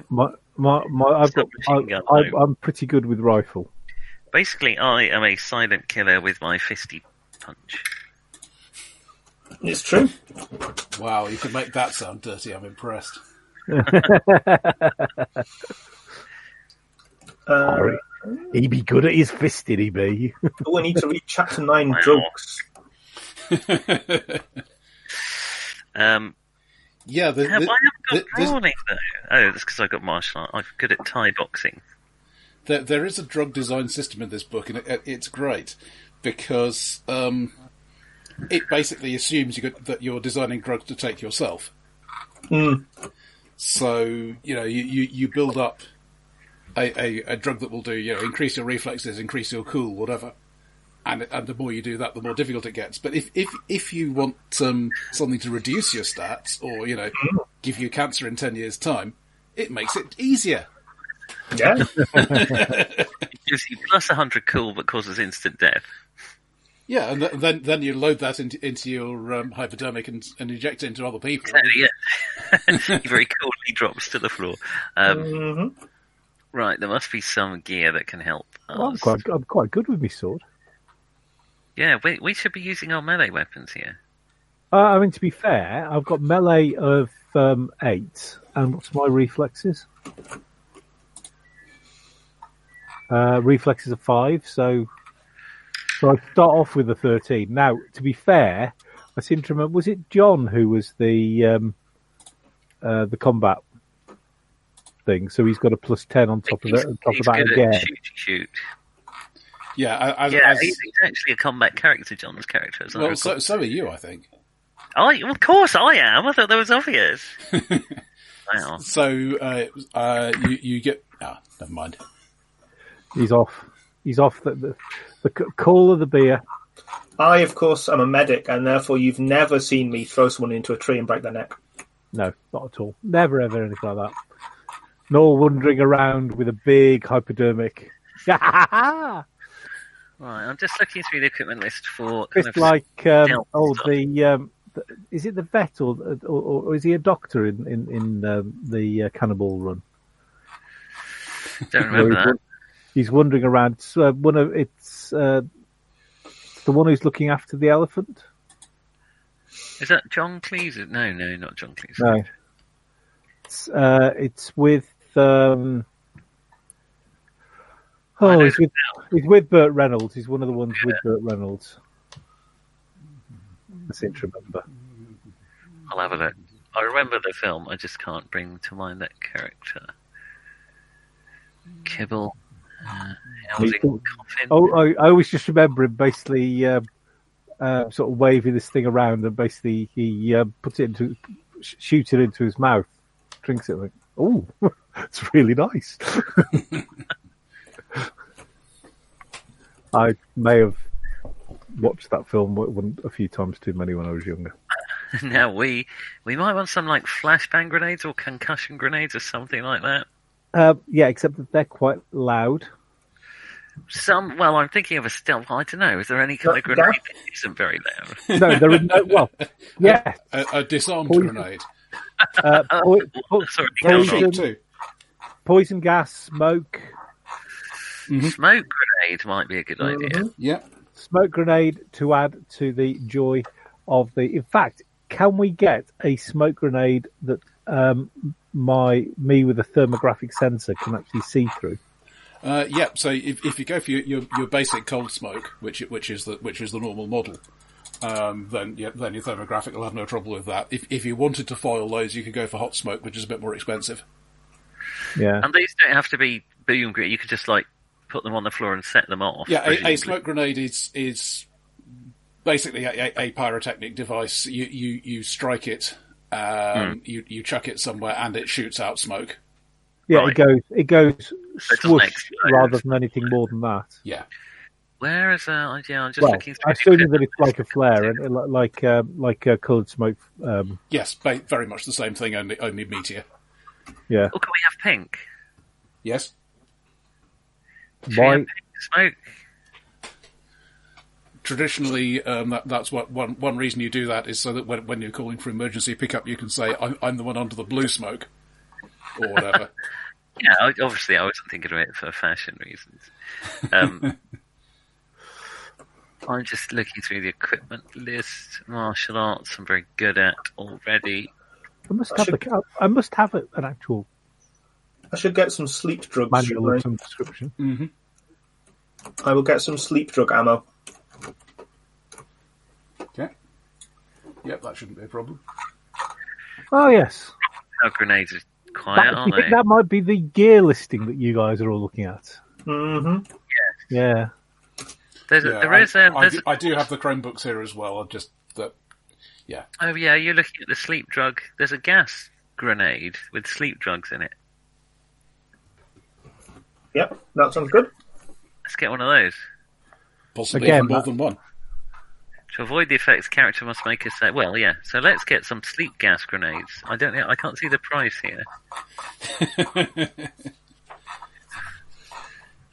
S5: My, my, my, I've got,
S3: Stop
S5: I,
S3: machine gun,
S5: I,
S3: though.
S5: I'm pretty good with rifle.
S3: Basically, I am a silent killer with my fisty punch.
S4: It's true.
S1: Wow, you can make that sound dirty. I'm impressed.
S4: Uh,
S5: Alright. He be good at his fisting, he be.
S4: oh, I need to read chapter nine
S3: Wow.
S4: drugs.
S3: Um,
S1: Yeah, the,
S3: have, I haven't
S1: the- the-
S3: got
S1: there's-
S3: brawling though. Oh, that's because I got martial art. I'm good at Thai boxing.
S1: There, there is a drug design system in this book, and it, it's great because um, it basically assumes you got, that you're designing drugs to take yourself. So you know you, you, you build up a, a, a drug that will do you know increase your reflexes, increase your cool, whatever. And, and the more you do that, the more difficult it gets. But if if, if you want um, something to reduce your stats, or you know, give you cancer in ten years' time, it makes it easier.
S4: Yeah.
S3: It gives you plus 100 cool, but causes instant death.
S1: Yeah, and th- then then you load that into, into your um, hypodermic and, and inject it into other people.
S3: Oh, yeah. he very coolly drops to the floor. Um,
S1: Mm-hmm.
S3: Right, there must be some gear that can help us.
S5: I'm quite, I'm quite good with my sword.
S3: Yeah, we, we should be using our melee weapons here.
S5: Uh, I mean, to be fair, I've got melee of um, eight, and what's my reflexes? Uh, reflexes of five, so so I start off with a thirteen. Now, to be fair, I seem to remember was it John who was the um, uh, the combat thing? So he's got a plus ten on top of
S3: He's-
S5: it, on top of
S3: he's
S5: that
S3: good
S5: again.
S3: At shoot, shoot.
S1: Yeah, a- as,
S3: Yeah,
S1: as-
S3: he's, he's actually a combat character, John's character. As I
S1: well,
S3: recall.
S1: so, so are you, I think.
S3: I, well, of course I am. I thought that was obvious. wow.
S1: So uh, uh, you you get ah, never mind.
S5: He's off. He's off the, the the c- call of the beer.
S4: I, of course, am a medic, and therefore you've never seen me throw someone into a tree and break their neck.
S5: No, not at all. Never ever anything like that. Nor wandering around with a big hypodermic. Just
S3: Right, I'm just looking through the equipment list for kind of
S5: like um,
S3: stealth
S5: oh
S3: stuff.
S5: the, um, the is it the vet or or, or is he a doctor in in, in um, the uh, cannibal run?
S3: don't remember
S5: Where he's
S3: that.
S5: wan- He's wandering around. It's, uh, one of it's uh, the one who's looking after the elephant.
S3: Is that John Cleese? No, no, not John Cleese.
S5: No. It's, uh, it's with. Um,
S3: I
S5: oh,
S3: know
S5: he's
S3: the
S5: with, he's with Burt Reynolds. He's one of the ones with Burt Reynolds. I seem to remember.
S3: I'll have a look. I remember the film, I just can't bring to mind that character. Kibble, uh, housing,
S5: Kibble.
S3: coffin.
S5: Oh, I, I always just remember him basically um uh, sort of waving this thing around and basically he uh, puts it into, sh- shoots it into his mouth, drinks it. Like, oh, it's really nice. I may have watched that film w- one- a few times too many when I was younger.
S3: now we we might want some like flashbang grenades or concussion grenades or something like that.
S5: Uh, yeah, except that they're quite loud.
S3: Some well, I'm thinking of a stealth. I don't know. Is there any kind of
S4: That-
S3: grenade that isn't very loud?
S5: No, there are no. Well, yeah,
S1: A, a disarmed
S5: Poison.
S1: grenade.
S5: uh, po- po-
S3: Sorry,
S1: Well,
S3: hold on.
S5: Poison.
S1: too.
S5: poison gas, smoke,
S3: Smoke grenade might be a good
S5: Mm-hmm.
S3: idea.
S1: Yeah.
S5: smoke grenade to add to the joy of the. In fact, can we get a smoke grenade that um, my me with a thermographic sensor can actually see through?
S1: Uh, yeah, so if, if you go for your, your, your basic cold smoke, which which is the which is the normal model, um, then yeah, then your thermographic will have no trouble with that. If if you wanted to foil those, you could go for hot smoke, which is a bit more expensive.
S5: Yeah,
S3: And these don't have to be boom grenade. You could just like put them on the floor and set them off.
S1: Yeah, a,
S3: presumably.
S1: a smoke grenade is is basically a, a, a pyrotechnic device. You you you strike it, um, you you chuck it somewhere, and it shoots out smoke.
S5: yeah.
S3: right.
S5: It goes, it goes
S3: doesn't
S5: swoosh
S3: explode.
S5: rather than anything more than that.
S1: Yeah,
S3: Where is uh? Yeah, I'm just
S5: Well,
S3: looking. through
S5: assuming
S3: different-
S5: that it's like a flare and uh, like uh, like uh, coloured smoke. Um,
S1: yes, ba- very much the same thing, only only meteor.
S5: yeah,
S3: Oh, can we have pink?
S1: Yes,
S3: Should we have
S5: why?
S3: pink smoke?
S1: traditionally um, that, that's what one one reason you do that is so that when, when you're calling for emergency pickup, you can say I'm, I'm the one under the blue smoke or whatever.
S3: Yeah, I- obviously, I wasn't thinking of it for fashion reasons. Um, I'm just looking through the equipment list. Martial arts, I'm very good at already.
S5: I must have the, I must have a, an actual
S4: I should get some sleep drugs.
S5: manual of
S4: shouldn't
S5: some description.
S4: I? I will get some sleep drug ammo.
S1: okay. Yep, that shouldn't be a problem.
S5: Oh yes,
S3: Our grenades are quiet,
S5: that,
S3: aren't
S5: you think
S3: they?
S5: that might be the gear listing that you guys are all looking at.
S4: hmm
S5: Yeah,
S3: There's a,
S1: Yeah,
S3: there is
S1: I,
S3: a,
S1: I
S3: there's
S1: do, I do have the Chromebooks here as well. I just that yeah.
S3: a- oh yeah, you're looking at the sleep drug. There's a gas grenade with sleep drugs in it.
S4: Yep, that sounds good.
S3: Let's get one of those.
S1: Possibly
S5: Again,
S1: more
S5: that-
S1: than one.
S3: To avoid the effects, character must make a set. Well, yeah. So let's get some sleep gas grenades. I don't. know- I can't see the price here.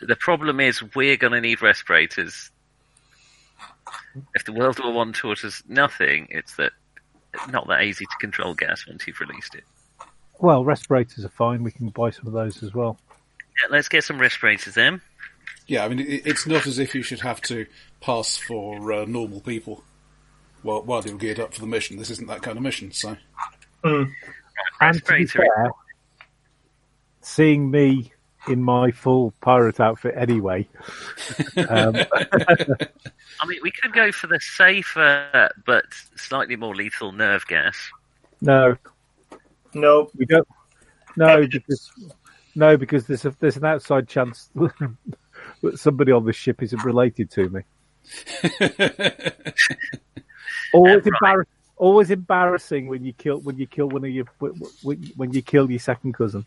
S3: the problem is we're going to need respirators. If the World War One taught us nothing, it's that it's not that easy to control gas once you've released it.
S5: well, respirators are fine. We can buy some of those as well.
S3: Yeah, let's get some respirators then.
S1: Yeah, I mean it, it's not as if you should have to pass for uh, normal people. While, while you're geared up for the mission, this isn't that kind of mission. So,
S5: And to be
S3: Respirator is-
S5: fair, seeing me in my full pirate outfit anyway, um,
S3: I mean, we could go for the safer but slightly more lethal nerve gas.
S5: no,
S4: No,
S5: we don't. No, because no, because there's a, there's an outside chance that somebody on this ship isn't related to me. always
S3: Right.
S5: embarrassing. Always embarrassing when you kill when you kill one of your when, when you kill your second cousin.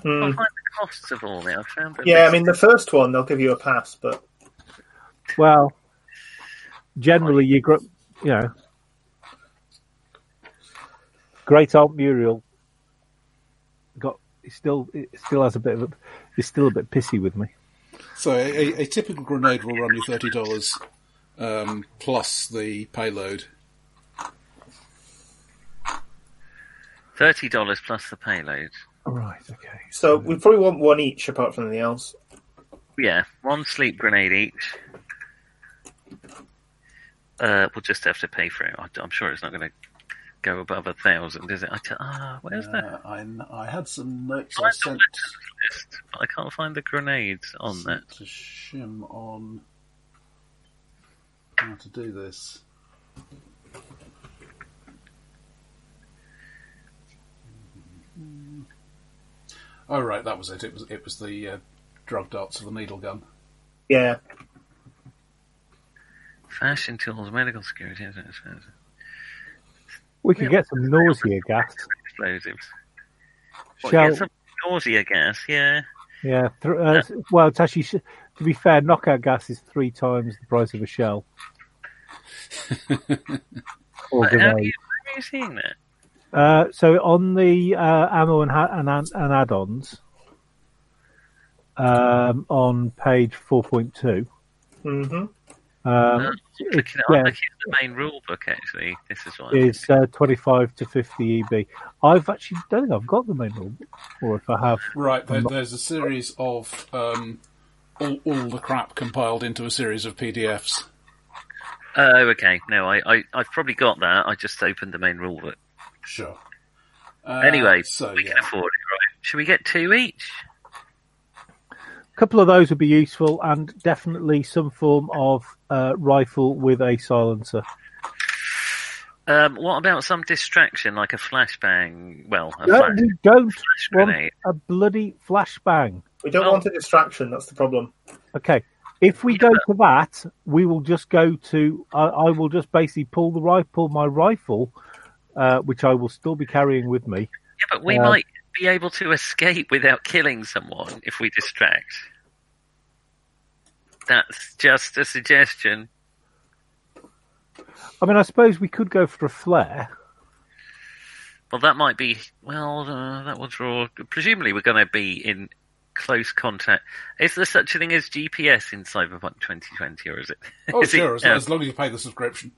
S3: I find the costs of all now. I found that
S4: yeah, I
S3: this-
S4: mean the first one they'll give you a pass, but
S5: Well, generally you gr- you know, great aunt Muriel got it still it still has a bit of a, is still a bit pissy with me.
S1: so a, a- a typical grenade will run you thirty dollars um, plus the payload.
S3: Thirty dollars plus the payload.
S5: All right, okay.
S4: so we probably want one each apart from anything else.
S3: Yeah, one sleep grenade each. Uh, we'll just have to pay for it. I- I'm sure it's not going to go above a thousand, is it? I t- ah, where's that
S1: Uh, I, I had some notes
S3: I sent list? I can't find the grenades on that.
S1: to Shim on how to do this. Oh right, that was it. It was it was the uh, drug darts of the needle gun.
S4: Yeah,
S3: Fashion tools, medical security,
S5: We could get some nausea gas.
S3: explosives. What,
S5: Shall
S3: get some nausea gas, yeah.
S5: yeah? Th- uh, well, it's actually sh- to be fair, knockout gas is three times the price of a shell. or
S3: But how do
S5: grenade.
S3: you, where I seeing that?
S5: Uh, so on the uh, ammo and, ha- and, an- and add-ons, um, on page four point two,
S4: hmm
S5: um,
S3: I'm looking at,
S5: yeah.
S3: I'm looking at the main rule book, actually. This is what
S5: is uh, twenty-five to fifty EB. I've actually don't think I've got the main rule, or if I have,
S1: Right, there, there's a series of um, all, all the crap compiled into a series of PDFs.
S3: Oh, okay. No, I, I, I've probably got that. I just opened the main rule book.
S1: Sure. Uh,
S3: Anyway,
S1: so
S3: we
S1: yeah,
S3: can afford it, right? Should we get two each?
S5: a couple of those would be useful, and definitely some form of uh, rifle with a silencer.
S3: Um, what about some distraction, like a flashbang? Well, a
S5: No,
S3: flash,
S5: we don't
S3: flash
S5: want
S3: grenade.
S5: a bloody flashbang.
S4: We don't
S3: Well-
S4: want a distraction. That's the problem.
S5: Okay. If we
S3: Yeah,
S5: go to that, we will just go to. I, I will just basically pull the rifle, pull my rifle, uh, which I will still be carrying with me.
S3: Yeah, but we
S1: uh,
S5: Yeah.
S3: might be able to escape without killing someone if we distract. That's just a suggestion.
S5: I mean, I suppose we could go for a flare.
S3: Well, that might be. Well, uh, that will draw. Presumably, we're going to be in close contact. Is there such a thing as GPS in Cyberpunk 2020, or is it?
S1: oh
S3: is it- uh,
S1: sure, as,
S3: yeah.
S1: as long as you pay the subscription.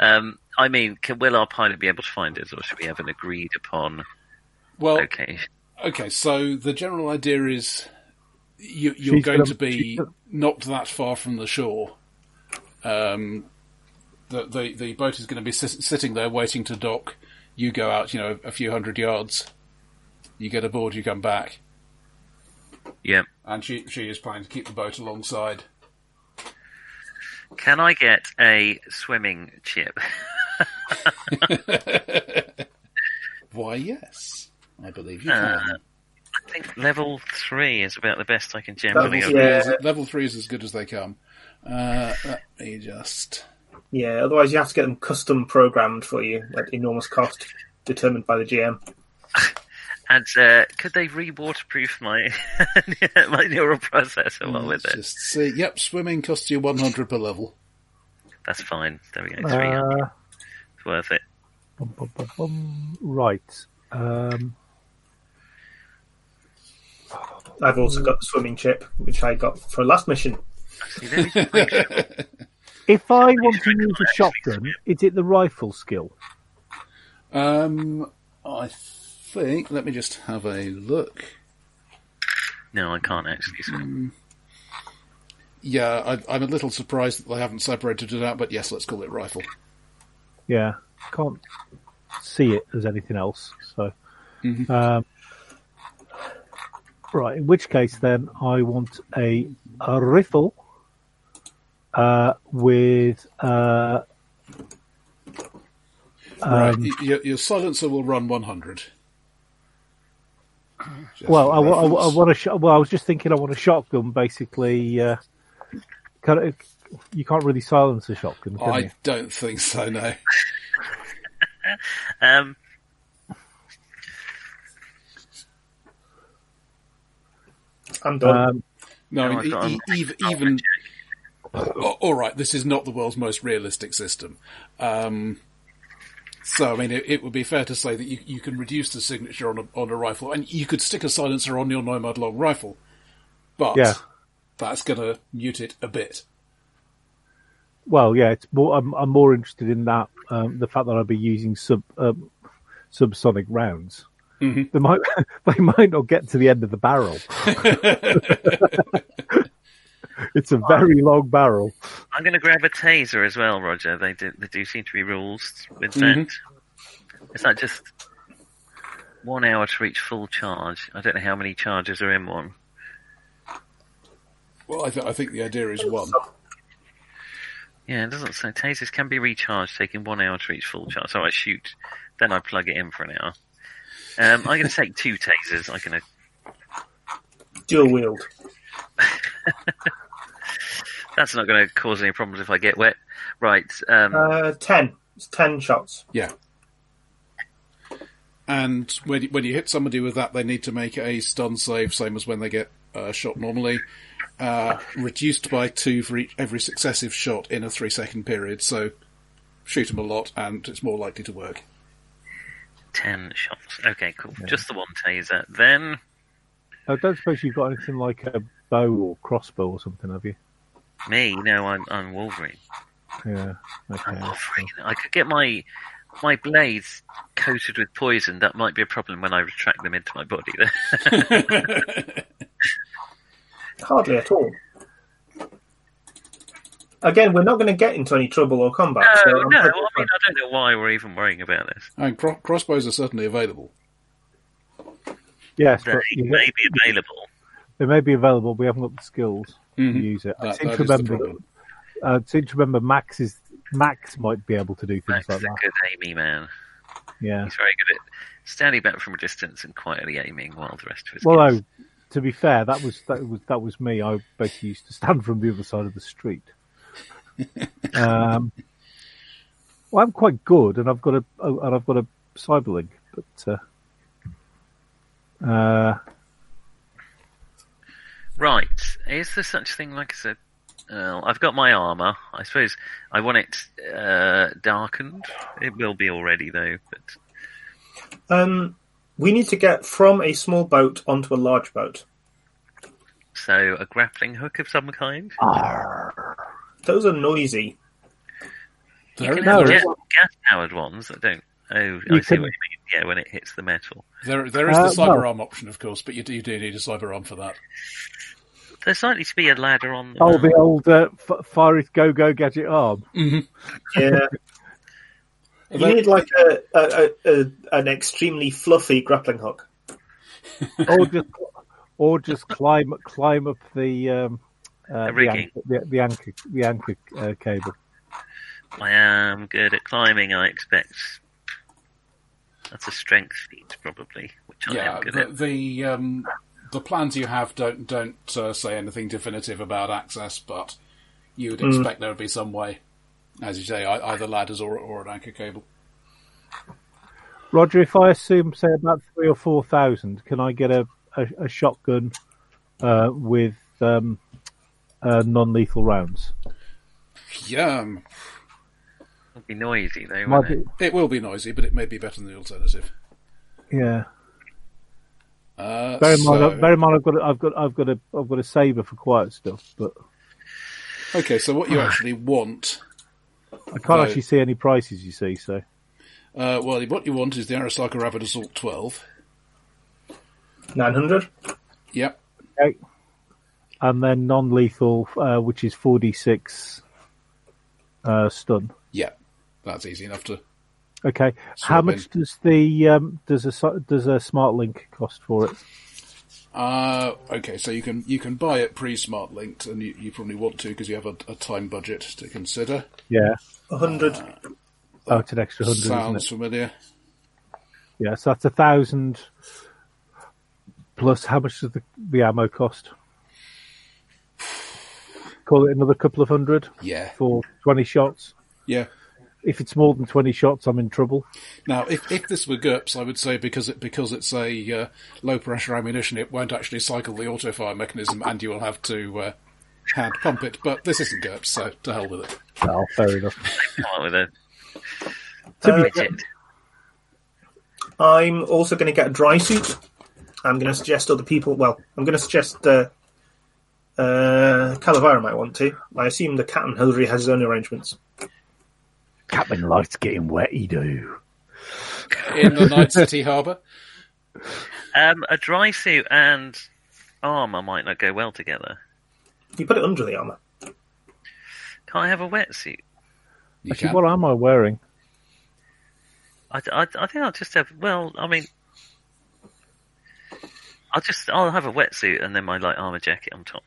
S3: Um, I mean, can, will our pilot be able to find us, or should we have an agreed upon
S1: Well, okay.
S3: location?
S1: so the general idea is you, you're
S5: She's
S1: going
S5: gonna-
S1: to be
S5: she's gonna-
S1: not that far from the shore. Um, the, the the boat is going to be sit, sitting there waiting to dock. You go out, you know, a few hundred yards. You get aboard, you come back,
S3: Yeah.
S1: and she she is planning to keep the boat alongside.
S3: Can I get a swimming chip?
S1: Why, yes, I believe you
S3: Ah.
S1: can.
S3: I think level three is about the best I can generally.
S4: Level
S1: Level
S4: Yeah.
S1: three, is, level three is as good as they come. Uh, let me just.
S4: Yeah. Otherwise, you have to get them custom programmed for you at enormous cost, determined by the GM.
S3: And uh, could they re-waterproof my my neural processor while with it?
S1: Just see. Yep, swimming costs you 100 per level.
S3: That's fine. There we go. Three.
S5: Uh,
S3: it's worth it.
S5: bum, bum, bum, bum. right. Um,
S4: I've also got the swimming chip, which I got for last mission.
S3: See, there we go.
S5: if I want to use a shotgun, is it the rifle skill?
S1: Um, I think. Let me just have a look.
S3: no, I can't actually swim.
S1: Yeah, I, I'm a little surprised that they haven't separated it out, but yes, let's call it rifle.
S5: Yeah, can't see it as anything else. So, um, right. In which case, then I want a, a rifle uh, with uh, Um,
S1: right. y- Your, your silencer will run 100. Just
S5: well,
S1: for
S5: I, wa- I, wa- I
S1: reference.
S5: want a sh- well. I was just thinking, I want a shotgun. Basically, uh, kind of, you can't really silence a shotgun, can you?
S1: I don't think so, no.
S3: Um,
S4: I'm done.
S5: Um,
S1: No,
S3: No,
S1: I mean,
S3: I
S1: e- e- ev- even. Oh, all right, this is not the world's most realistic system. Um, so, I mean, it, it would be fair to say that you, you can reduce the signature on a, on a rifle, and you could stick a silencer on your Nomad Long rifle, but
S5: Yeah.
S1: that's going to mute it a bit.
S5: well, yeah, it's more. I'm, I'm more interested in that um, the fact that I'll be using sub um, subsonic rounds.
S1: Mm-hmm.
S5: They might they might not get to the end of the barrel. it's a very long barrel.
S3: I'm going to grab a taser as well, Roger. They do, they do seem to be rules with that. Is that just one hour to reach full charge? I don't know how many charges are in one.
S1: Well, I, th- I think the idea is one.
S3: Yeah, it doesn't say tasers can be recharged, taking one hour to reach full charge. So I shoot, then I plug it in for an hour. Um, I'm going to take two tasers. I'm going to
S4: Dual wield.
S3: That's not going to cause any problems if I get wet. Right. Um,
S4: Uh, ten. It's ten shots.
S1: Yeah. And when when you hit somebody with that, they need to make a stun save, same as when they get uh, shot normally, uh, reduced by two for each, every successive shot in a three second period. So, shoot them a lot, and it's more likely to work.
S3: Ten shots. Okay, cool. Just the one taser. Then
S5: I don't suppose you've got anything like a bow or crossbow or something, have you?
S3: me, no, I'm I'm Wolverine.
S5: Yeah.
S3: I'm
S5: Okay.
S3: Wolverine. I could get my my blades coated with poison. That might be a problem when I retract them into my body.
S4: Hardly at all. Again, we're not going to get into any trouble or combat. so
S3: no,
S5: Oh,
S4: I'm
S3: Oh, no. I
S4: pretty
S3: mean,
S4: fine.
S3: I don't know why we're even worrying about this.
S1: And cro- crossbows are certainly available.
S5: Yes,
S3: They
S5: but you-
S3: may be available.
S5: They may be available, but we haven't got the skills to
S1: Mhm.
S5: use it. I
S1: That-
S5: seem to
S1: that is the
S5: remember. uh,
S1: problem.
S5: I seem to remember Max is Max might be able to do things
S3: Max
S5: like
S3: is a
S5: that.
S3: good aiming man.
S5: Yeah.
S3: He's very good at standing back from a distance and quietly aiming while the rest of us.
S5: Well, oh. no, to be fair, that was that was that was me. I basically used to stand from the other side of the street. um, well, I'm quite good, and I've got a oh, and I've got a cyberlink, but uh, uh,
S3: Right. Is there such thing like as a? Uh, I've got my armor. I suppose I want it uh, darkened. It will be already though. But
S4: Um, we need to get from a small boat onto a large boat.
S3: so a grappling hook of some kind.
S4: Those are noisy.
S3: You
S1: There,
S3: can
S5: no,
S3: have
S5: it's-
S3: gas, powered ones that don't. Oh, I
S5: You
S3: see
S5: can-
S3: what you mean. Yeah, when it hits the metal.
S1: there, there is the
S5: Uh, well-
S1: cyber arm option, of course, but you do, you do need a cyber arm for that.
S3: There's likely to be a ladder on. The
S5: oh, the old uh, f- Fire It Go Go Gadget arm.
S4: Yeah, you
S1: Although-
S4: need like a, a, a, a an extremely fluffy grappling hook.
S5: or just or just climb climb up the um, uh,
S3: The
S5: the,
S3: rigging.
S5: anchor, the, the anchor the anchor uh, cable.
S3: I am good at climbing. I expect. That's a strength feat, probably, which I
S1: yeah,
S3: am good
S1: the,
S3: at.
S1: the um, the plans you have don't don't uh, say anything definitive about access, but you would expect there would be some way, as you say, ei- either ladders or or an anchor cable.
S5: Roger, if I assume say about three or four thousand, can I get a a, a shotgun uh, with um, uh, non lethal rounds?
S1: Yum.
S3: It'll be noisy though.
S5: Might
S3: won't it?
S1: It will be noisy, but it may be better than the alternative.
S5: be- yeah.
S1: Uh,
S5: Bear in
S1: so-
S5: mind, bear in mind, I've got I've got I've got a I've got a saber for quiet stuff, but
S1: okay, so what you actually want,
S5: I can't
S1: Right.
S5: actually see any prices. You see, so
S1: uh, well, what you want is the Arasaka Rapid Assault 12.
S4: Nine hundred.
S1: Yep.
S5: okay. And then non lethal, uh, which is four d six uh, stun.
S1: Yeah, that's easy enough to.
S5: Okay. How
S1: Sort
S5: much
S1: in.
S5: does the um, does a so- does a smart link cost for it?
S1: Uh, okay, so you can you can buy it pre-smart linked, and you, you probably want to because you have a, a time budget to consider.
S5: Yeah.
S4: hundred.
S5: Oh, it's an extra hundred, isn't
S1: Sounds
S5: it?
S1: familiar.
S5: Yeah. So that's a thousand. Plus, how much does the, the ammo cost? Call it another couple of hundred
S1: Yeah,
S5: for twenty shots.
S1: yeah.
S5: If it's more than twenty shots, I'm in trouble.
S1: Now, if, if this were GURPS, I would say because it because it's a uh, low pressure ammunition, it won't actually cycle the auto fire mechanism, and you will have to uh, hand pump it. But this isn't GURPS, so to hell with it.
S5: Oh, fair enough.
S3: Come up with a
S5: to be,
S3: widget.
S4: I'm also going to get a dry suit. I'm going to suggest other people. Well, I'm going to suggest uh, uh, Calavera might want to. I assume the Captain Hilary has his own arrangements.
S5: Captain Light's getting wet. He do.
S1: In the Night City Harbour,
S3: Um, a dry suit and armor might not go well together.
S4: You put it under the armor.
S3: Can't I have a wetsuit?
S1: you
S5: Actually,
S1: can.
S5: what am I wearing?
S3: I, I, I think I'll just have. Well, I mean, I'll just I'll have a wetsuit and then my light armor jacket on top.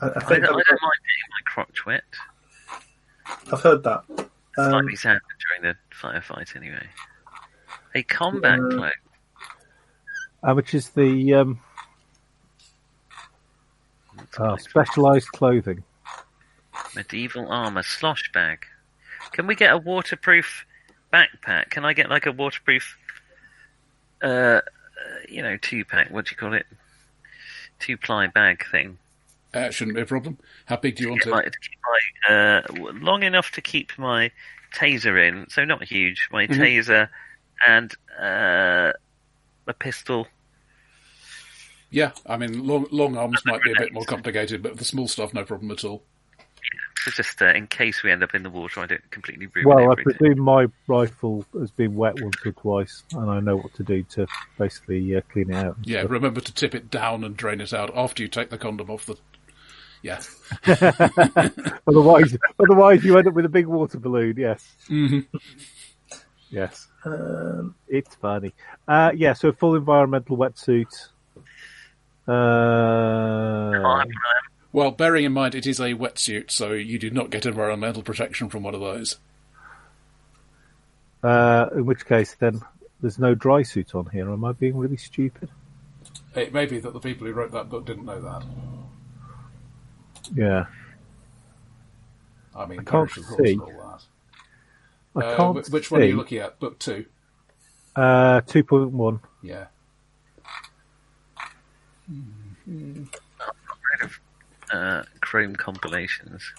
S4: I, I
S3: I, don't-
S4: think
S3: I don't mind
S4: I,
S3: getting my crotch wet.
S4: have heard that.
S3: Like
S4: Um,
S3: we said during the firefight, anyway. A combat
S4: Uh,
S3: cloak.
S5: How much uh, is the um, uh, specialized clothing?
S3: Medieval armor, slosh bag. Can we get a waterproof backpack? Can I get like a waterproof, uh, uh, you know, two pack? What do you call it? Two ply bag thing.
S1: Uh, shouldn't be a problem. How big do you want
S3: Keep my-
S1: it?
S3: to keep my, uh, w- long enough to keep my taser in, so not huge. My
S5: Mm-hmm.
S3: taser and uh, a pistol.
S1: Yeah, I mean, long, long arms might be a bit more complicated, but for small stuff, no problem at all.
S3: So just uh, in case we end up in the water, I don't completely ruin
S5: Well, I
S3: everything.
S5: presume my rifle has been wet once or twice, and I know what to do to basically uh, clean it out. and
S1: Yeah,
S5: stuff.
S1: remember to tip it down and drain it out after you take the condom off the. Yeah.
S5: Otherwise, otherwise you end up with a big water balloon. Yes.
S1: Mm-hmm.
S5: Yes. it's funny. Uh, yeah. So full environmental wetsuit.
S3: Oh,
S5: Uh,
S3: I'm-
S1: Well, bearing in mind it is a wetsuit, so you do not get environmental protection from one of those.
S5: uh, in which case, then there's no dry suit on here. Am I being really stupid?
S1: It may be that the people who wrote that book didn't know that.
S5: Yeah.
S1: I mean,
S5: can't
S1: courage is
S5: see.
S1: and all
S5: I
S1: that. Uh,
S5: can't.
S1: wh- which one are
S5: see.
S1: you looking at? Book two.
S5: Uh, two point one.
S1: Yeah.
S3: uh, Chrome compilations.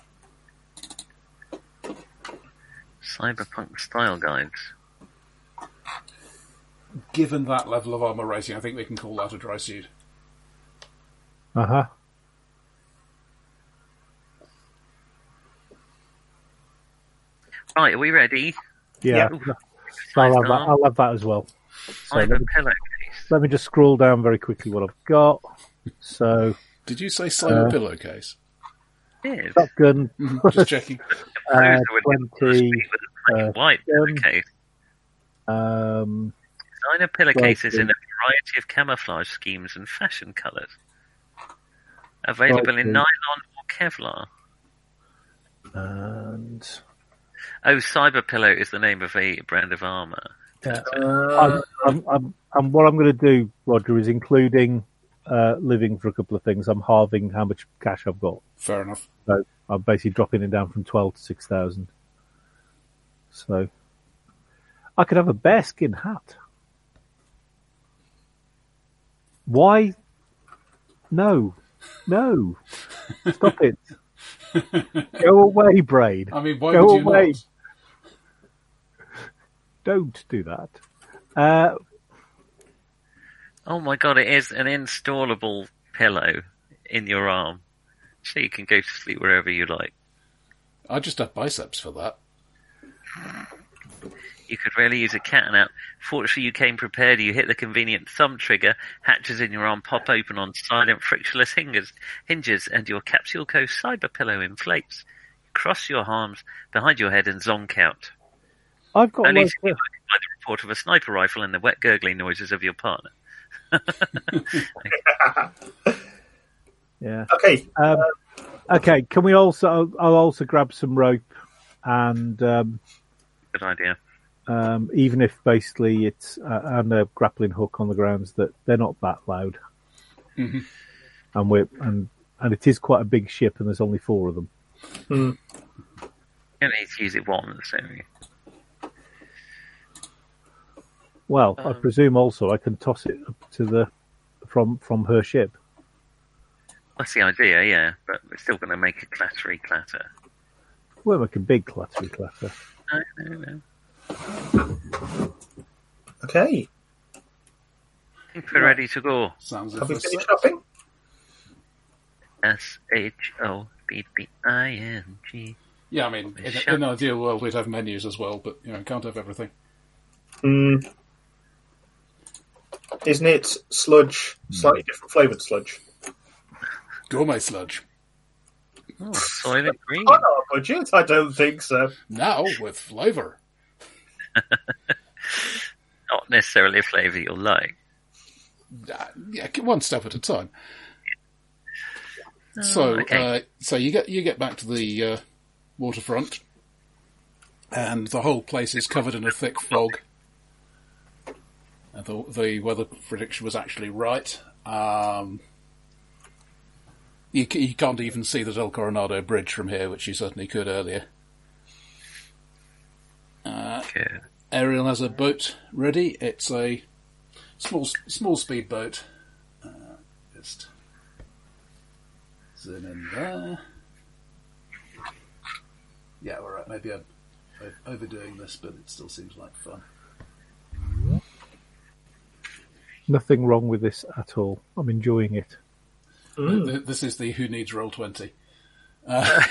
S3: Cyberpunk style guides.
S1: Given that level of armor rating, I think we can call that a dry suit.
S5: Uh huh.
S3: Right, are we ready?
S5: Yeah.
S3: Ooh,
S5: I'll have
S3: sized
S5: that.
S3: arm.
S5: I'll have that as well.
S3: I have a
S5: let me-
S3: pillowcase.
S5: Let me just scroll down very quickly what I've got. So
S1: Did you say cyber
S5: Uh,
S1: pillowcase?
S3: Yes.
S5: shotgun
S1: Just checking.
S5: uh,
S3: Those would be
S5: twenty.
S3: with a black
S5: uh,
S3: and white
S5: gun.
S3: pillowcase.
S5: Um,
S3: Designer pillowcases in
S5: Right,
S3: a variety of camouflage schemes and fashion colours. Available
S5: Right,
S3: in
S5: then.
S3: nylon or Kevlar.
S5: and
S3: Oh, Cyber Pillow is the name of a brand of armour.
S5: I'm, uh, I'm, I'm, and what I'm going to do, Roger, is including uh, living for a couple of things. I'm halving how much cash I've got.
S1: Fair enough.
S5: So I'm basically dropping it down from twelve to six thousand. So I could have a bearskin hat. Why? No, no! Stop it! Go away, brain.
S1: I mean, why
S5: Go
S1: would you
S5: away.
S1: not?
S5: Don't do that. Uh,
S3: Oh my god, it is an installable pillow in your arm. So you can go to sleep wherever you like.
S1: I just have biceps for that.
S3: You could really use a catnap. Fortunately, you came prepared. You hit the convenient thumb trigger. Hatches in your arm pop open on silent, frictionless hinges, hinges and your capsule co cyber pillow inflates. Cross your arms behind your head and zonk out.
S5: I've got
S3: Only
S5: loads
S3: to be woken by the report of a sniper rifle and the wet, gurgling noises of your partner.
S5: Yeah.
S4: Okay,
S5: Um, okay. Can we also? I'll also grab some rope, and um,
S3: Good idea.
S5: um, even if basically it's uh, and a grappling hook on the grounds that they're not that loud, and we're and and it is quite a big ship, and there's only four of them.
S3: You only need to use it once. don't you?
S5: Well, I presume also I can toss it up to the from from her ship.
S3: That's the idea, yeah, but it's still going to make a clattery clatter.
S5: We're making big clattery clatter.
S3: No, no, no.
S4: okay.
S3: I think we're ready to go.
S1: Sounds like
S4: Have we
S1: a
S4: finished shopping?
S3: S H O B B I N G.
S1: Yeah, I mean, in, in an ideal world, we'd have menus as well, but you know, can't have everything.
S4: Hmm. Isn't it sludge? Slightly different flavored sludge.
S1: Gourmet sludge.
S3: Oh, Soylent Green.
S4: On our budget? I don't think so.
S1: Now with flavor.
S3: Not necessarily a flavour you'll like.
S1: Uh, yeah, c- one step at a time. So,
S3: okay.
S1: uh, so you get you get back to the uh, waterfront, and the whole place is covered in a thick fog. And the, the weather prediction was actually right. Um, you, c- you can't even see the Del Coronado Bridge from here, which you certainly could earlier.
S3: Good.
S1: Ariel has a boat ready. It's a small small speed boat. Uh, just Zoom in there. Yeah, all right. Maybe I'm o- overdoing this, but it still seems like fun.
S5: Nothing wrong with this at all. I'm enjoying it. Hmm.
S1: Th- This is the who needs roll twenty. Uh,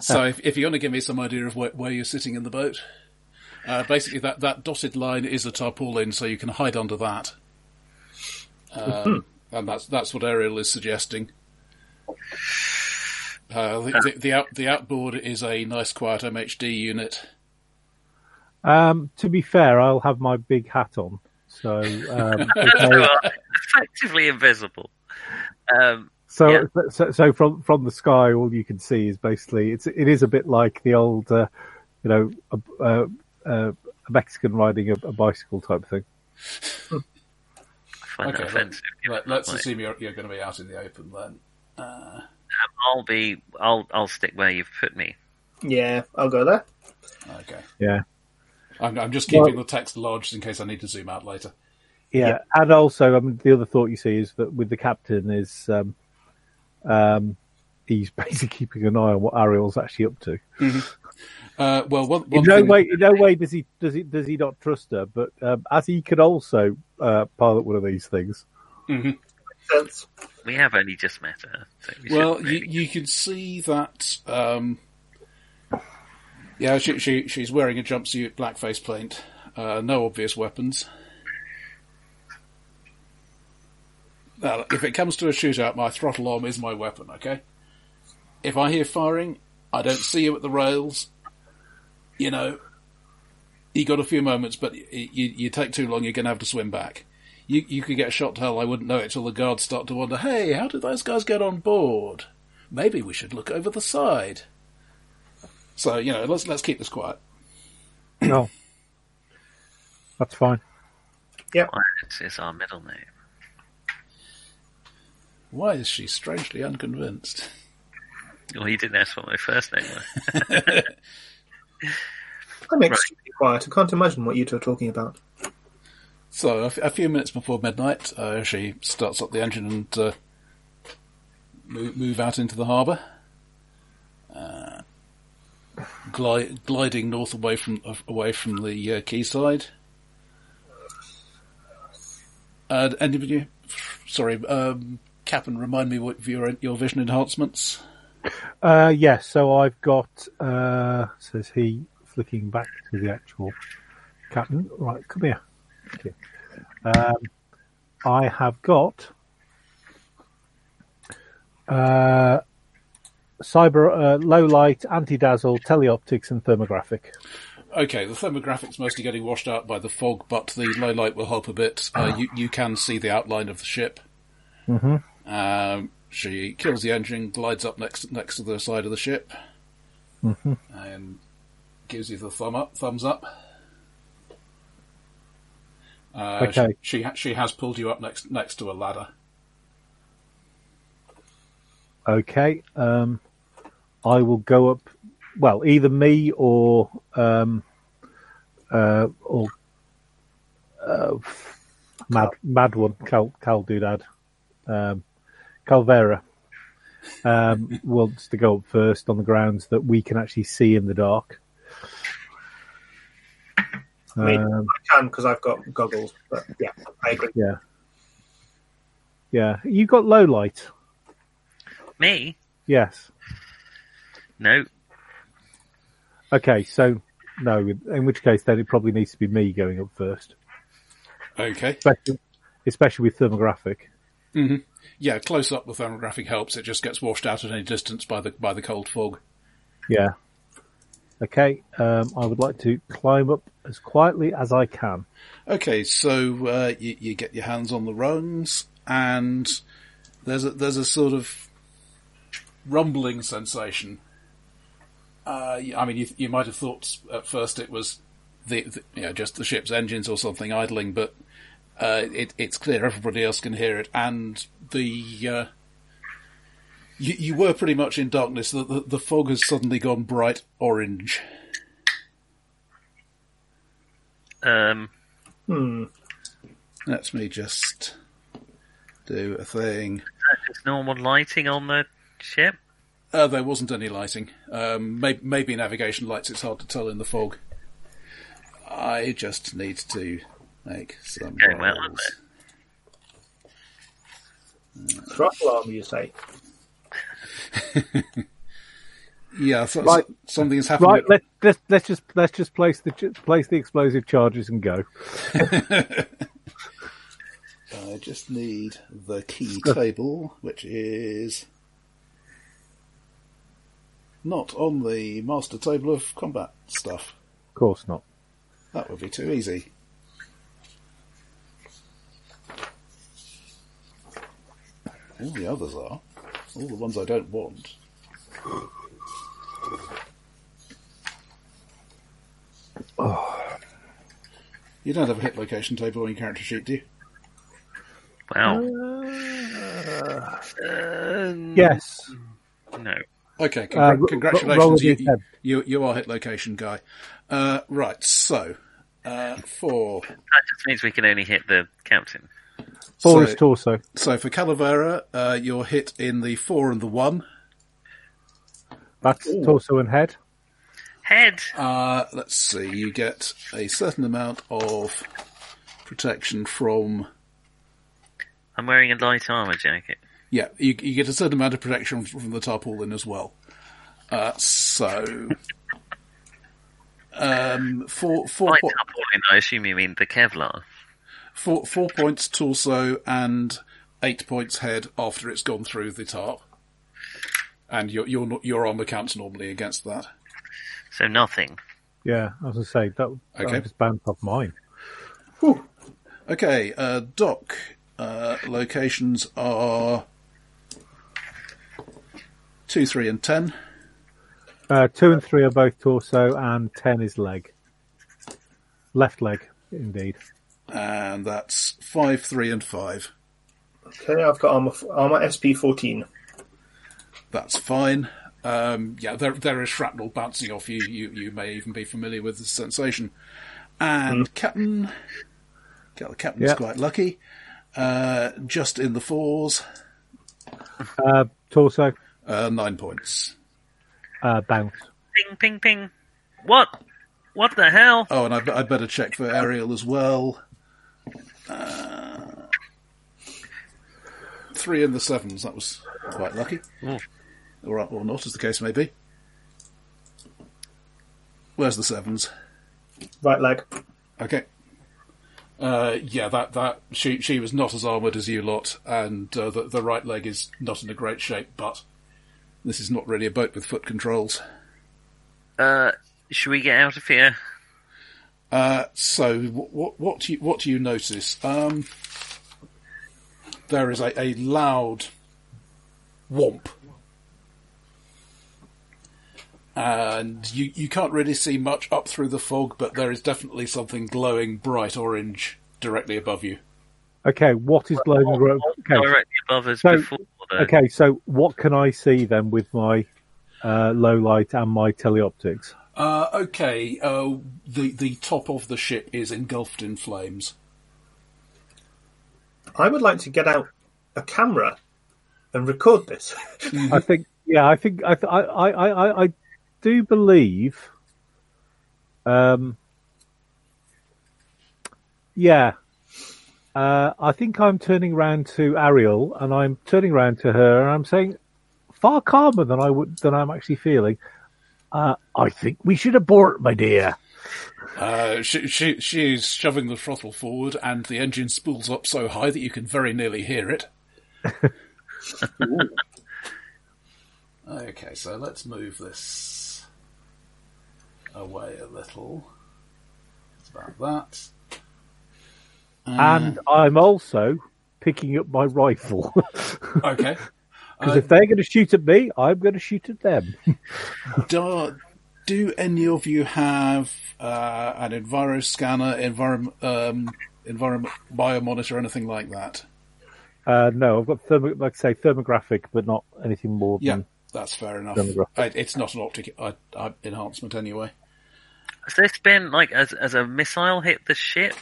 S1: so if, if you want to give me some idea of where, where you're sitting in the boat, uh, basically that, that dotted line is a tarpaulin, so you can hide under that. Um,
S5: Hmm.
S1: and that's that's what Ariel is suggesting. Uh, the, the, the, out, the outboard is a nice quiet MHD unit.
S5: Um, to be fair, I'll have my big hat on. So, um,
S3: You
S1: Uh,
S5: okay.
S3: are Uh, effectively invisible. Um,
S5: so,
S3: Yeah.
S5: so, so from from the sky, all you can see is basically it's it is a bit like the old, uh, you know, a, a, a, a Mexican riding a, a bicycle type thing.
S3: I find
S1: Okay,
S3: that
S1: let,
S3: offensive.
S1: let, us
S3: Right.
S1: assume you're, you're going to be out in the open then.
S3: I'll be. I'll. I'll stick where you've put me.
S4: Yeah, I'll go there.
S1: Okay,
S5: Yeah.
S1: I'm, I'm just keeping
S5: Well-
S1: the text lodged in case I need to zoom out later.
S5: yeah,
S4: Yeah.
S5: and also, I mean, the other thought you see is that with the captain is, um, um, he's basically keeping an eye on what Ariel's actually up to.
S1: Uh, well, one, one
S5: In no
S1: thing-
S5: way, in no way does he does he does he not trust her, but um, as he could also uh, pilot one of these things.
S4: That's-
S3: We have only just met her. So we
S1: Well,
S3: shouldn't
S1: you,
S3: really-
S1: you can see that. Um, yeah, she, she she's wearing a jumpsuit, black face paint, uh, no obvious weapons. Now, if it comes to a shootout, my throttle arm is my weapon. Okay. If I hear firing, I don't see you at the rails. You know, you got a few moments, but y- y- you you take too long, you're going to have to swim back. You you could get shot to hell. I wouldn't know it till the guards start to wonder. Hey, how did those guys get on board? Maybe we should look over the side. So you know, let's let's keep this quiet.
S5: No, that's fine.
S3: Quiet is our middle name.
S1: Why is she strangely unconvinced?
S3: Well, you didn't ask what my first name was.
S4: I'm
S3: Right.
S4: extremely quiet. I can't imagine what you two are talking about.
S1: So a, f- a few minutes before midnight, uh, she starts up the engine and uh, move, move out into the harbour, uh, gli- gliding north away from of- away from the uh, quayside. Uh, anybody, sorry, um, Captain, remind me what your your vision enhancements.
S5: Uh, yes, so I've got uh, says he, flicking back to the actual captain. Right, come here. Thank you. Um, I have got uh, cyber uh, low light, anti dazzle, teleoptics, and thermographic.
S1: Okay, the thermographic's mostly getting washed out by the fog, but the low light will help a bit. Uh, you, you can see the outline of the ship. Mm-hmm. Um, she kills the engine, glides up next next to the side of the ship, Mm-hmm. and gives you the thumb up, thumbs up. Uh, she-
S5: Okay.
S1: She, ha she has pulled you up next next to a ladder.
S5: Okay. Um, I will go up. Well, either me or um, uh, or uh, mad mad one Cal Cal Doodad, um, Calvera um, wants to go up first on the grounds that we can actually see in the dark.
S4: I mean,
S5: Um,
S4: I can because I've got goggles, but yeah, I agree.
S5: yeah, yeah. You got low light.
S3: Me?
S5: Yes.
S3: No.
S5: Okay, so no, in which case then it probably needs to be me going up first,
S1: Okay.
S5: especially, especially with thermographic.
S1: Yeah, close up the thermographic helps. It just gets washed out at any distance by the by the cold fog.
S5: Yeah. Okay, um, I would like to climb up as quietly as I can.
S1: Okay, so uh, you, you get your hands on the rungs, and there's a, there's a sort of rumbling sensation. Uh, y- I mean, you, you might have thought at first it was the, the you know, just the ship's engines or something idling, but uh, it, it's clear everybody else can hear it, and the uh, you, you were pretty much in darkness. The, the, the fog has suddenly gone bright orange.
S3: Um,
S1: Let me just do a thing.
S3: there's normal lighting on the ship?
S1: Uh, there wasn't any lighting. Um, may- maybe navigation lights. It's hard to tell in the fog. I just need to make some
S3: Going well,
S1: rolls.
S3: isn't
S4: Throttle arm, you say?
S1: Yeah, so,
S5: Right.
S1: something has happened.
S5: Right, let, let's let's just let's just place the ch- place the explosive charges and go.
S1: I just need the key table, which is not on the master table of combat stuff.
S5: Of course not.
S1: That would be too easy. All the others are. All the ones I don't want. You don't have a hit location table on your character sheet, do you?
S3: Wow.
S5: Yes,
S3: No.
S1: Okay,
S5: Uh,
S1: congr-
S5: ro- ro- roll
S1: congratulations. You,
S5: with your
S1: you, you, you are hit location guy. Uh, right, so uh, for
S3: That just means we can only hit the captain.
S5: for
S1: so,
S5: his torso.
S1: so for Calavera, uh, you're hit in the four and the one.
S5: That's torso and head.
S3: Head!
S1: Uh, let's see, you get a certain amount of protection from.
S3: I'm wearing a light armour jacket.
S1: Yeah, you, you get a certain amount of protection from the tarpaulin as well. Uh, so. Um, four, four,
S3: Light
S1: po-
S3: tarpaulin, I assume you mean the Kevlar.
S1: four, four points torso and eight points head after it's gone through the tarp. And your your no- your armor counts normally against that.
S3: So nothing.
S5: Yeah, I was gonna say that.
S1: Okay.
S5: Okay, just bounced off mine.
S1: Okay, uh, dock uh, locations are two, three, and ten.
S5: Uh, two and three are both torso, and ten is leg. Left leg, indeed.
S1: and that's five, three, and five.
S4: Okay, I've got armor, armor SP 14.
S1: That's fine. Um, yeah, there there is shrapnel bouncing off you. You you may even be familiar with the sensation. And captain, Cap- the captain's
S5: Yeah.
S1: quite lucky. Uh, just in the fours,
S5: Uh, torso,
S1: uh, nine points.
S5: uh, bounce.
S3: Ping, ping, ping. What? What the hell?
S1: Oh, and I, would better check for aerial as well. Uh, three in the sevens. That was quite lucky, or or not, as the case may be. Where's the sevens?
S4: Right leg.
S1: Okay. Uh, yeah, that that she she was not as armored as you lot, and uh, the the right leg is not in a great shape. But this is not really a boat with foot controls.
S3: Uh, should we get out of here?
S1: Uh, so what what do you, what do you notice? Um, there is a, a loud whomp, and you you can't really see much up through the fog, but there is definitely something glowing bright orange directly above you.
S5: Okay, what is blowing the rope? Oh, Okay,
S3: Directly above us
S5: So-
S3: before the...
S5: okay. So what can I see then with my uh, low light and my teleoptics?
S1: Uh, okay, uh, the the top of the ship is engulfed in flames.
S4: I would like to get out a camera and record this.
S5: I think, yeah, I think I, th- I, I, I, I- I do believe. Um, yeah, uh, I think I'm turning round to Ariel and I'm turning round to her and I'm saying, far calmer than I would than I'm actually feeling. Uh, I think we should abort, my dear.
S1: Uh, she, she she is shoving the throttle forward, and the engine spools up so high that you can very nearly hear it. okay, so let's move this away a little. It's about that.
S5: And I'm also picking up my rifle
S1: Okay.
S5: because if they're going to shoot at me, I'm going to shoot at them.
S1: do, do any of you have uh, an enviro scanner, environment, um, environment biomonitor, anything like that?
S5: Uh, no, I've got thermo, like I say thermographic, but not anything more
S1: Yeah,
S5: than
S1: that's fair enough.
S5: Demographic.
S1: I, it's not an optic I, I, enhancement anyway.
S3: Has this been like as as a missile hit the ship?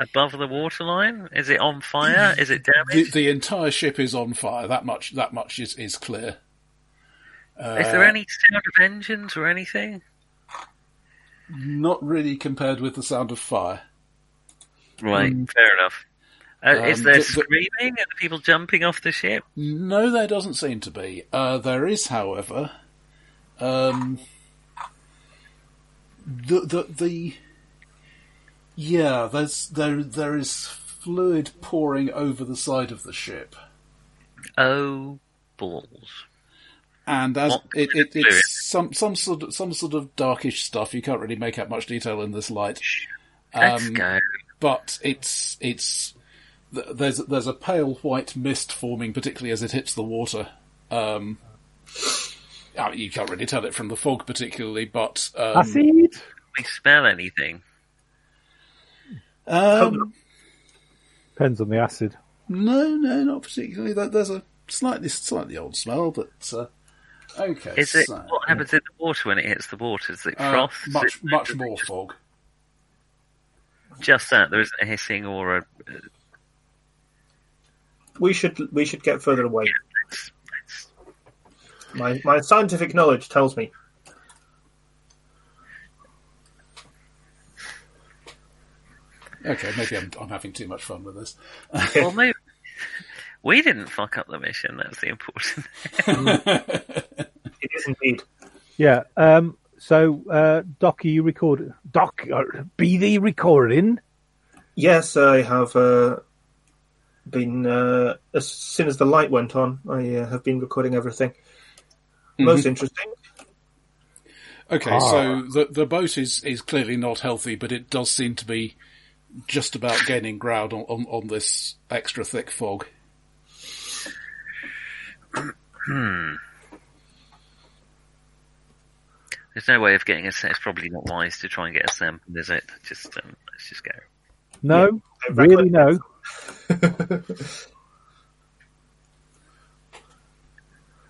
S3: above the waterline? Is it on fire? Is it
S1: The,
S3: damaged?
S1: the entire ship is on fire. That much. That much is is clear.
S3: Is
S1: uh,
S3: there any sound of engines or anything?
S1: Not really compared with the sound of fire.
S3: Right,
S5: Mm.
S3: fair enough. Uh, is
S1: um,
S3: there
S1: the- the-
S3: screaming? Are the people jumping off the ship?
S1: No, there doesn't seem to be. Uh, there is, however, um, the the the yeah. There's there there is fluid pouring over the side of the ship,
S3: Oh, balls.
S1: and as
S3: What
S1: it,
S3: kind
S1: it
S3: of fluid?
S1: it's some some sort of, some sort of darkish stuff. You can't really make out much detail in this light.
S3: Let's
S1: Um,
S3: go.
S1: but it's it's th- there's there's a pale white mist forming, particularly as it hits the water. Um, I mean, you can't really tell it from the fog, particularly, but
S5: I
S1: um,
S5: see it.
S3: We smell anything?
S1: um,
S5: Depends on the acid.
S1: no, no, not particularly. There- There's a slightly slightly old smell, but uh, okay.
S3: Is it
S1: so,
S3: what happens in the water when it hits the water? Is it
S1: uh,
S3: froth? Is
S1: much
S3: it-
S1: much more fog.
S3: Just that there isn't a hissing or a.
S4: We should we should get further away.
S3: Let's, let's
S4: My my scientific knowledge tells me.
S1: Okay, maybe I'm, I'm having too much fun with this.
S3: well, maybe we didn't fuck up the mission. That's the important.
S4: It is indeed.
S5: Yeah. Um, so, uh, Doc, are you record? Doc, uh, be the recording.
S4: Yes, I have uh, been. Uh, as soon as the light went on, I uh, have been recording everything. Most interesting.
S1: Okay, so the the boat is, is clearly not healthy, but it does seem to be just about gaining ground on, on, on this extra thick fog.
S3: There's no way of getting us. It's probably not wise to try and get a sample, is it? Just um, let's just go.
S5: No,
S4: I reckon-
S5: really, no.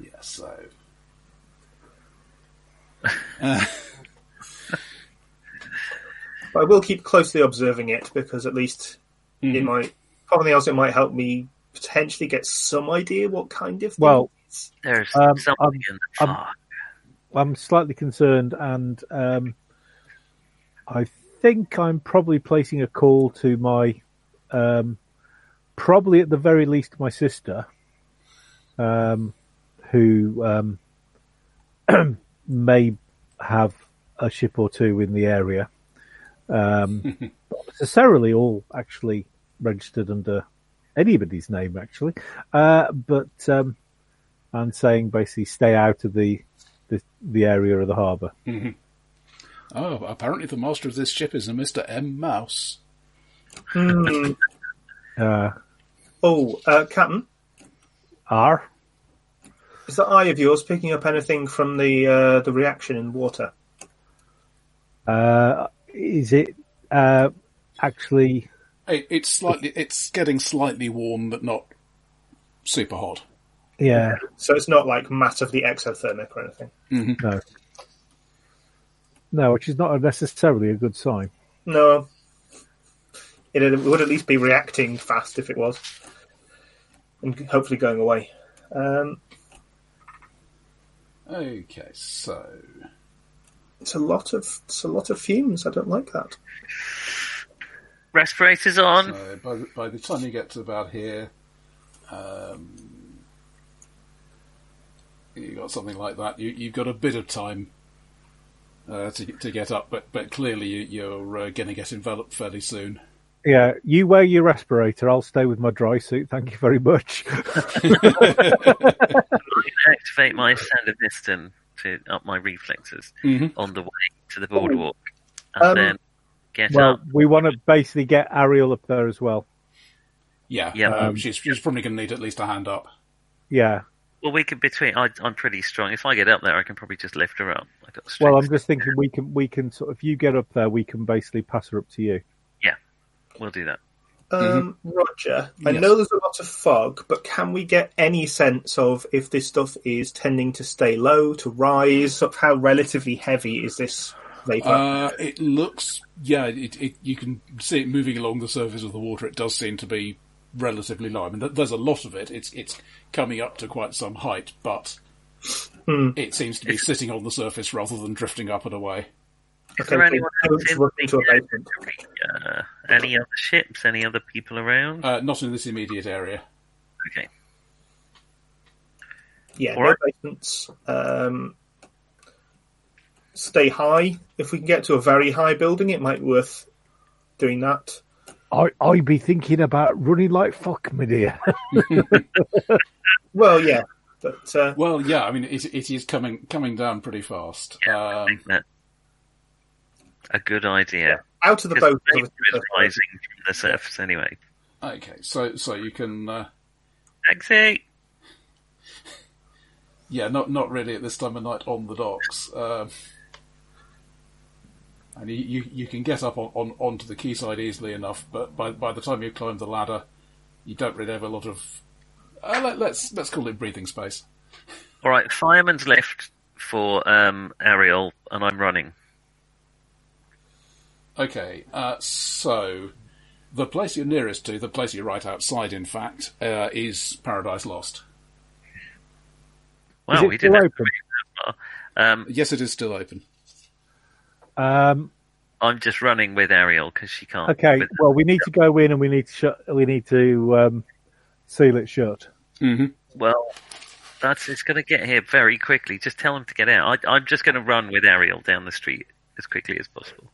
S1: Yeah, so
S4: But I will keep closely observing it because at least it might. Probably else, it might help me potentially get some idea what kind of. Thing.
S5: Well,
S3: There's
S5: Um,
S3: something
S5: um,
S3: in the
S5: um,
S3: fog.
S5: I'm slightly concerned, and um, I think I'm probably placing a call to my, um, probably at the very least, my sister, um, who um, may have a ship or two in the area. Um, not necessarily all actually registered under anybody's name, actually, uh, but um, and saying basically stay out of the the, the area of the harbour.
S1: oh, apparently the master of this ship is a Mister M Mouse.
S4: Hmm.
S5: Uh,
S4: oh, uh, Captain,
S5: R.
S4: is that eye of yours picking up anything from the uh, the reaction in water?
S5: Uh, is it uh, actually?
S1: It, it's slightly it's getting slightly warm, but not super hot.
S5: Yeah.
S4: So it's not like massively exothermic or anything.
S5: No. No, which is not necessarily a good sign.
S4: No. It, it would at least be reacting fast if it was. And hopefully going away. Um,
S1: Okay, so
S4: it's a lot of it's a lot of fumes. I don't like that.
S3: Respirators on.
S1: so by the- by the time you get to about here, um, you got something like that. You, you've got a bit of time uh, to to get up, but but clearly you, you're uh, going to get enveloped fairly soon.
S5: Yeah, you wear your respirator. I'll stay with my dry suit. Thank you very much.
S3: I activate my standard piston to up my reflexes
S5: Mm-hmm.
S3: on the way to the boardwalk, and
S4: Um,
S3: then get
S5: well,
S3: up.
S5: we want to basically get Ariel up there as well.
S1: Yeah,
S3: Yeah.
S1: Um, she's she's probably going to need at least a hand up.
S5: Yeah.
S3: Well, we could between. I, I'm pretty strong. If I get up there, I can probably just lift her up. I got strength.
S5: Well, I'm just thinking we can we can sort. If you get up there, we can basically pass her up to you.
S3: we'll do that.
S4: Um, Roger, I
S1: Yes.
S4: know there's a lot of fog, but can we get any sense of if this stuff is tending to stay low, to rise? Of how relatively heavy is this Mayflower.
S1: Uh, it looks, yeah, it, it, you can see it moving along the surface of the water. It does seem to be relatively low. I mean, th- there's a lot of it. It's it's coming up to quite some height, but it seems to be sitting on the surface rather than drifting up and away.
S3: Is
S4: Okay,
S3: there anyone
S4: so
S3: else
S4: it's
S3: in
S4: working to a
S3: the,
S4: basement.
S3: uh, any other ships? Any other people around?
S1: Uh, not in this immediate area.
S3: okay.
S4: Yeah,
S3: All right.
S4: no basements. Um, stay high. If we can get to a very high building, it might be worth doing that.
S5: I I be thinking about running like fuck, my dear.
S4: Well, yeah, but uh,
S1: Well, yeah, I mean, it, it is coming coming down pretty fast.
S3: Yeah, I
S1: um,
S3: think that's a good idea.
S4: out of the
S3: Because
S4: boat.
S3: the vapor is rising from the surface anyway.
S1: okay, so so you can, uh,
S3: Exit.
S1: yeah, not not really at this time of night on the docks. Um, and you, you, you can get up on, on onto the quayside easily enough, but by by the time you climb the ladder, you don't really have a lot of. Uh, let, let's let's call it breathing space.
S3: All right, fireman's left for um, Ariel, and I'm running.
S1: Okay, uh, so the place you're nearest to, the place you're right outside, in fact, uh, is Paradise Lost.
S3: Well,
S5: it
S3: we didn't have
S5: still
S3: to
S5: open?
S3: move that far. Um,
S1: Yes, it is still open.
S5: Um,
S3: I'm just running with Ariel because she can't.
S5: okay,
S3: with-
S5: well we need to go in and we need to shut. We need to um, seal it shut.
S3: well, that's it's going to get here very quickly. Just tell him to get out. I, I'm just going to run with Ariel down the street as quickly as possible.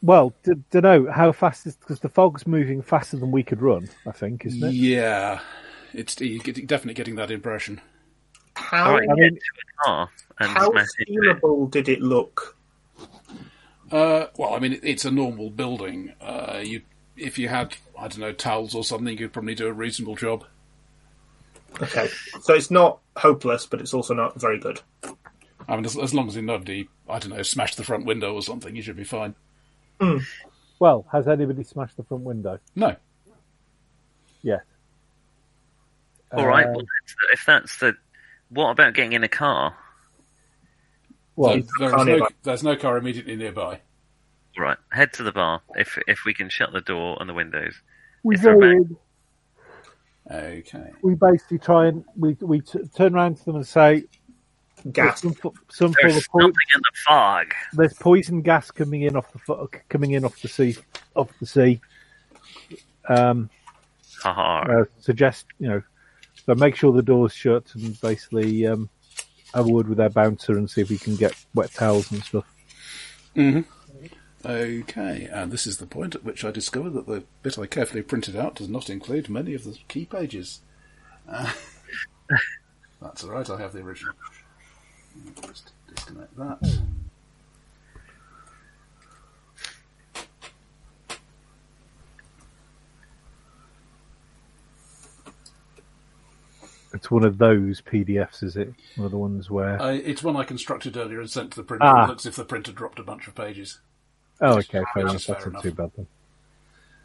S5: Well, don't know how fast is because the fog's moving faster than we could run. I think isn't it?
S1: Yeah, it's you're getting- definitely getting that impression.
S4: How
S3: All right,
S5: I
S3: get
S5: mean-
S3: to a car Ah, and
S4: how
S3: smash into it.
S4: steamable did it look?
S1: Uh, well, I mean, it, it's a normal building. Uh, you, if you had, I don't know, towels or something, you could probably do a reasonable job.
S4: Okay, so it's not hopeless, but it's also not very good.
S1: I mean, as, as long as nobody, I don't know, smashed the front window or something, you should be fine.
S5: Well, has anybody smashed the front window
S1: No,
S5: yet?
S3: All right,
S5: Uh,
S3: well, that's the, if that's the, what about getting in a car?
S5: Well,
S1: there
S4: Car
S1: is no,
S4: nearby.
S1: there's no car immediately nearby.
S3: All right, head to the bar if if we can shut the door and the windows.
S5: we
S3: if they're
S5: go
S3: back.
S5: in,
S1: Okay.
S5: we basically try and we we t- turn around to them and say
S4: Gas.
S5: some, fo- some form
S3: There's
S5: of po-
S3: something in the fog.
S5: there's poison gas coming in off the fo- coming in off the sea off the sea. Um,
S3: Haha.
S5: uh, suggest you know, so make sure the door's shut and basically um, have a word with our bouncer and see if we can get wet towels and stuff.
S1: Okay, and this is the point at which I discover that the bit I carefully printed out does not include many of the key pages. Uh, that's all right, I have the original. Just disconnect that.
S5: It's one of those PDFs, is it? One of the ones where
S1: Uh, it's one I constructed earlier and sent to the printer.
S5: Ah.
S1: It looks as if the printer dropped a bunch of pages.
S5: oh, okay, fair enough.
S1: that's fair
S5: That's not
S1: enough.
S5: too bad then.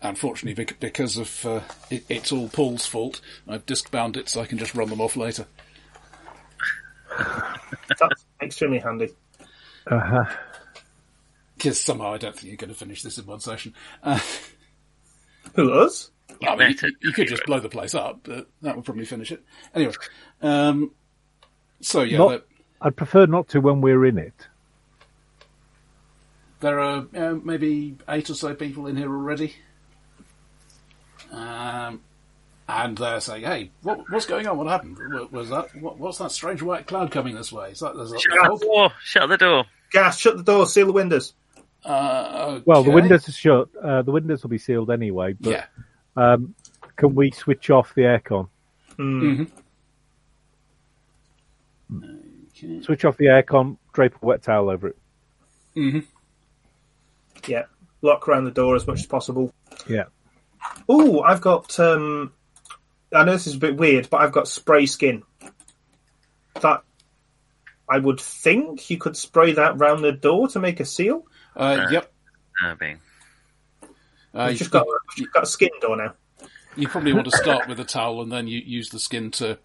S1: Unfortunately, bec- because of uh, it, it's all Paul's fault, I've disk bound it so I can just run them off later.
S4: That's extremely handy.
S5: Uh-huh.
S1: Because somehow I don't think you're going to finish this in one session. Uh,
S4: Who us?
S1: I mean,
S3: better
S1: you, you could just blow the place up, but that would probably finish it. Anyway, um, so yeah,
S5: Not-
S1: there,
S5: I'd prefer not to when we're in it.
S1: there are uh, maybe eight or so people in here already, um, and they're saying, "Hey, what, what's going on? What happened? What, was that? What, what's that strange white cloud coming this way? Is that there's a,
S3: Shut the door! Shut the door!
S4: Gas. Shut the door. Seal the windows.
S1: Uh, okay.
S5: Well, the windows are shut. Uh, the windows will be sealed anyway. But
S1: Yeah.
S5: um, can we switch off the aircon?
S1: Hmm. Okay.
S5: Switch off the aircon. Drape a wet towel over it.
S4: Yeah. Lock around the door as much as possible.
S5: Yeah.
S4: Oh, I've got. Um, I know this is a bit weird, but I've got spray skin. That I would think you could spray that round the door to make a seal.
S1: Uh, yep.
S3: Irving.
S1: Uh,
S4: I've
S1: you,
S4: just got, I've just got a skin door now.
S1: you probably want to start with a towel and then you use the skin to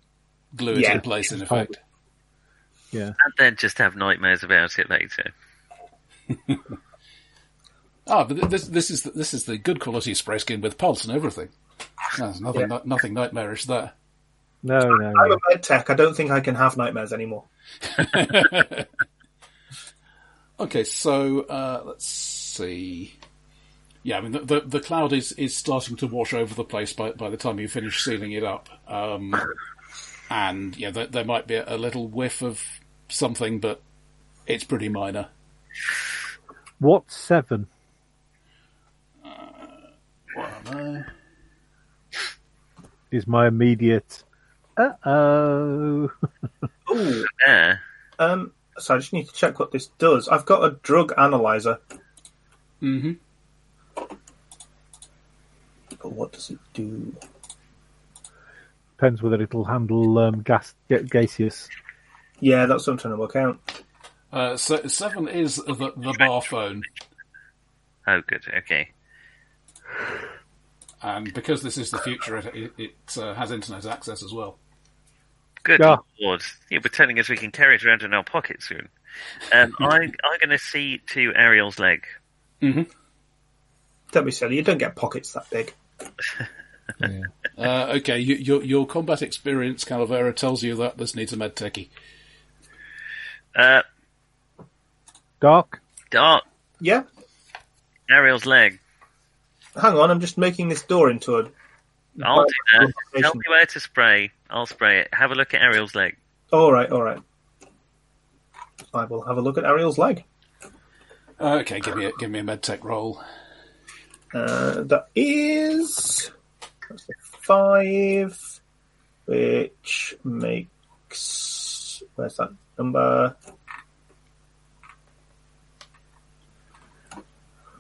S1: glue it
S4: Yeah.
S1: in place. In effect,
S5: Yeah.
S3: And then just have nightmares about it later.
S1: Ah, but th- this this is the, this is the good quality spray skin with pulse and everything. There's nothing
S4: Yeah.
S1: no- nothing nightmarish there.
S5: No, no,
S4: I'm a
S5: no.
S4: med tech. I don't think I can have nightmares anymore.
S1: Okay, so uh, let's see. Yeah, I mean the, the the cloud is is starting to wash over the place by by the time you finish sealing it up, um, and yeah, there, there might be a, little whiff of something, but it's pretty minor.
S5: What seven?
S1: What am I?
S5: Is my immediate. Uh oh.
S4: Ooh,
S3: There.
S4: um, so I just need to check what this does. I've got a drug analyzer.
S1: Mm-hmm.
S4: But what does it do?
S5: Depends whether it'll handle um, gas ga- gaseous.
S4: Yeah, that's what I'm trying to work out.
S1: Uh, so seven is the, the bar phone,
S3: Oh, good. Okay.
S1: and because this is the future, it it, it uh, has internet access as well.
S3: Good
S5: Yeah.
S3: lord. You'll be telling us we can carry it around in our pocket soon. Um, I, I'm going to see to Ariel's leg.
S4: Don't be silly. You don't get pockets that big.
S1: Uh, okay, you, your your combat experience, Calavera, tells you that this needs a med techie.
S3: Uh,
S5: Dark?
S3: Dart,
S4: Yeah.
S3: Ariel's leg.
S4: Hang on. I'm just making this door into a.
S3: I'll do that.
S4: Conversation.
S3: Tell me where to spray. I'll spray it. Have a look at Ariel's leg.
S4: All right. All right. I will have a look at Ariel's leg.
S1: Uh, Okay, give me a, give me a med tech roll.
S4: Uh, that is that's a five, which makes where's that number?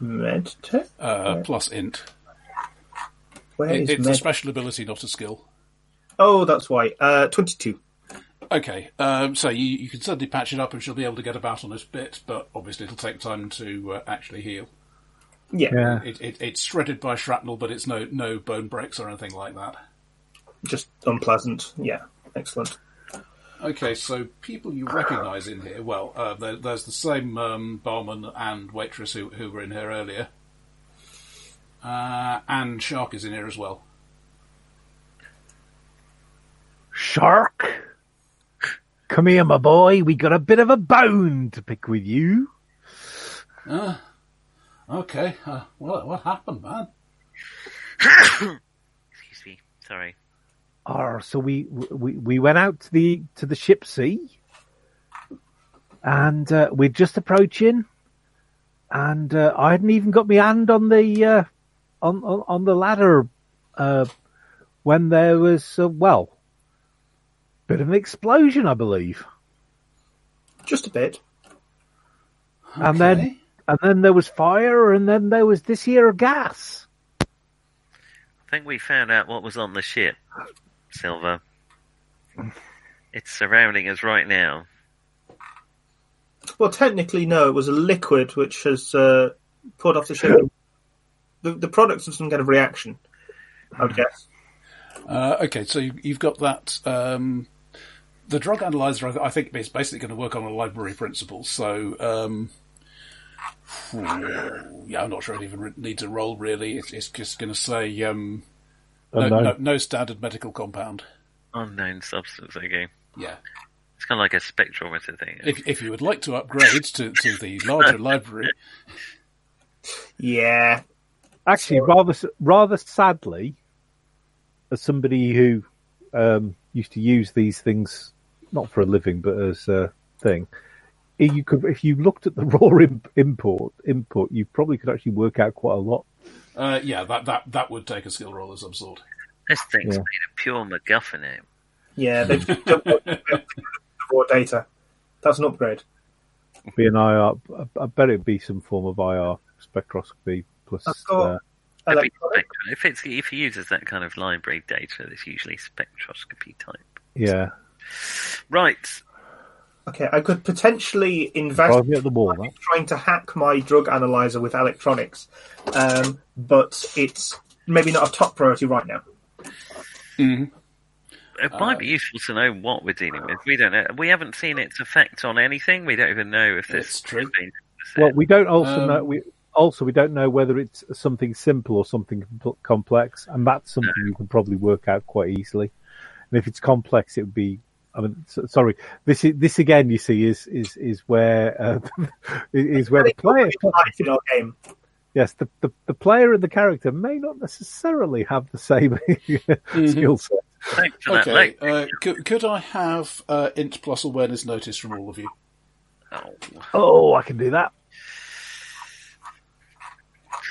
S4: Medtech.
S1: Uh, Plus int.
S4: Where
S1: It,
S4: is
S1: it's a
S4: med?
S1: special ability, not a skill.
S4: oh, that's why. Uh, Twenty-two.
S1: Okay, um, so you, you can certainly patch it up, and she'll be able to get about on this bit, but obviously it'll take time to uh, actually heal.
S4: Yeah,
S5: Yeah.
S1: It, it, it's shredded by shrapnel, but it's no no bone breaks or anything like that.
S4: just unpleasant. Yeah, excellent.
S1: Okay, so people you recognise in here. Well, uh, there, there's the same um, barman and waitress who, who were in here earlier, uh, and Shark is in here as well.
S5: Shark? Come here, my boy. We got a bit of a bone to pick with you.
S1: Okay, uh, well, what happened, man?
S3: Excuse me. Sorry.
S5: Ah, so we, we we went out to the to the ship sea, and uh, we're just approaching, and uh, I hadn't even got my hand on the uh, on, on on the ladder uh, when there was uh, well, bit of an explosion, I believe,
S4: Just a bit.
S5: and then
S1: Okay.
S5: and then there was fire, and then there was this here gas.
S3: I think we found out what was on the ship, Silver. It's surrounding us right now.
S4: Well, technically, no. It was a liquid which has uh, poured off the ship. The, the products of some kind of reaction, I would guess.
S1: Uh, okay, so you, you've got that. Um, the drug analyzer, I, th- I think, is basically going to work on a library principle. So, um, yeah, I'm not sure it even re- needs a roll. Really, it's, it's just going to say um, no,
S5: no.
S1: no, no standard medical compound.
S3: Unknown substance, okay.
S1: Yeah.
S3: It's kind of like a spectrometer thing.
S1: If, if you would like to upgrade to, to the larger library,
S4: Yeah,
S5: Actually, rather rather sadly, as somebody who um, used to use these things not for a living but as a thing, if you could if you looked at the raw imp- import input, you probably could actually work out quite a lot.
S1: uh, yeah, that, that, that would take a skill roll of some sort.
S3: This thing's
S5: Yeah.
S3: made of pure MacGuffin. eh?
S4: Yeah, they just don't want to get raw data. That's an upgrade.
S5: Be an IR. I- I bet it'd be some form of IR spectroscopy plus.
S4: That's got
S5: Uh,
S3: That'd be
S4: Electronic.
S3: spectrum. If it's if it uses that kind of library data, it's usually spectroscopy type.
S5: yeah,
S3: Right.
S4: Okay, I could potentially invest
S5: drive me at the wall. That.
S4: trying to hack my drug analyzer with electronics, um, but it's maybe not a top priority right now.
S3: It might be
S1: Uh,
S3: useful to know what we're dealing with. We don't know. We haven't seen its effect on anything. We don't even know if this
S1: That's true.
S3: has been it.
S5: Well, we don't also
S1: Um,
S5: know. We also we don't know whether it's something simple or something com- complex, and that's something you can probably work out quite easily. And if it's complex, it would be. I mean, so, sorry. This is this again. You see, is is is where uh, is where the player.
S4: Life in our game.
S5: Yes, the, the the player and the character may not necessarily have the same skill set.
S3: Thanks for that,
S1: Okay.
S3: mate.
S1: Uh, could, could I have uh, int plus awareness notice from all of you?
S3: Oh,
S5: Oh, I can do that.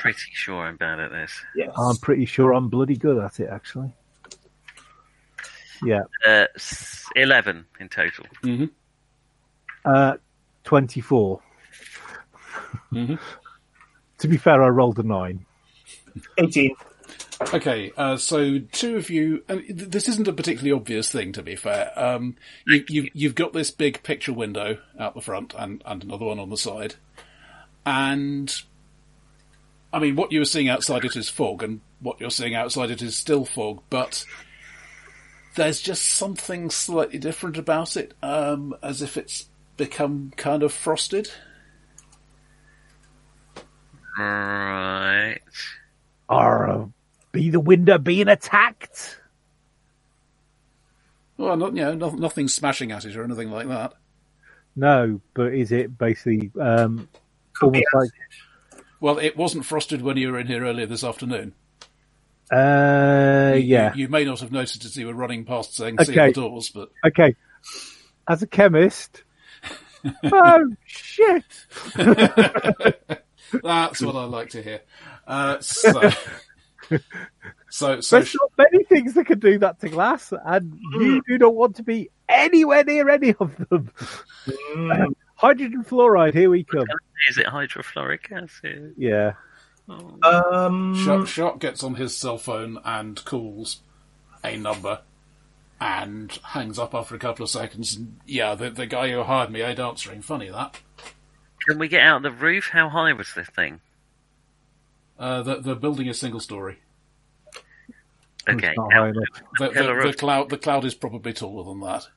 S3: pretty sure I'm bad at this.
S4: Yes.
S5: I'm pretty sure I'm bloody good at it, actually. Yeah,
S3: Uh, s- Eleven in total.
S5: Uh, 24. to be fair, I rolled a nine.
S4: 18.
S1: Okay, uh, so two of you, and th- this isn't a particularly obvious thing, to be fair. Um, you, you've, you've got this big picture window out the front and, and another one on the side. And, I mean, what you were seeing outside it is fog, and what you're seeing outside it is still fog, but there's just something slightly different about it, um, as if it's become kind of frosted.
S3: Right.
S5: Or uh, be the window being attacked?
S1: Well, not, you know, no, nothing smashing at it or anything like that.
S5: No, but is it basically um, almost like.
S1: Well, it wasn't frosted when you were in here earlier this afternoon.
S5: Uh, yeah.
S1: You, you may not have noticed as you were running past saying
S5: Okay.
S1: seal the doors, but
S5: Okay. As a chemist. oh, shit.
S1: that's what I like to hear. Uh, so, so, so,
S5: There's not many things that can do that to glass, and you do not want to be anywhere near any of them.
S4: Mm.
S5: Hydrogen fluoride, here we come.
S3: Is it hydrofluoric acid?
S5: Yeah.
S3: Oh.
S4: Um,
S1: Shark, Shark gets on his cell phone and calls a number and hangs up after a couple of seconds. And, yeah, the, the guy who hired me ain't answering. Funny that.
S3: Can we get out the roof? How high was this thing?
S1: Uh, the, the building is single story.
S3: Okay.
S5: It's not
S3: now-
S5: high enough.
S1: The,
S3: Pillar
S1: the, the
S3: of-
S1: cloud, the cloud is probably taller than that.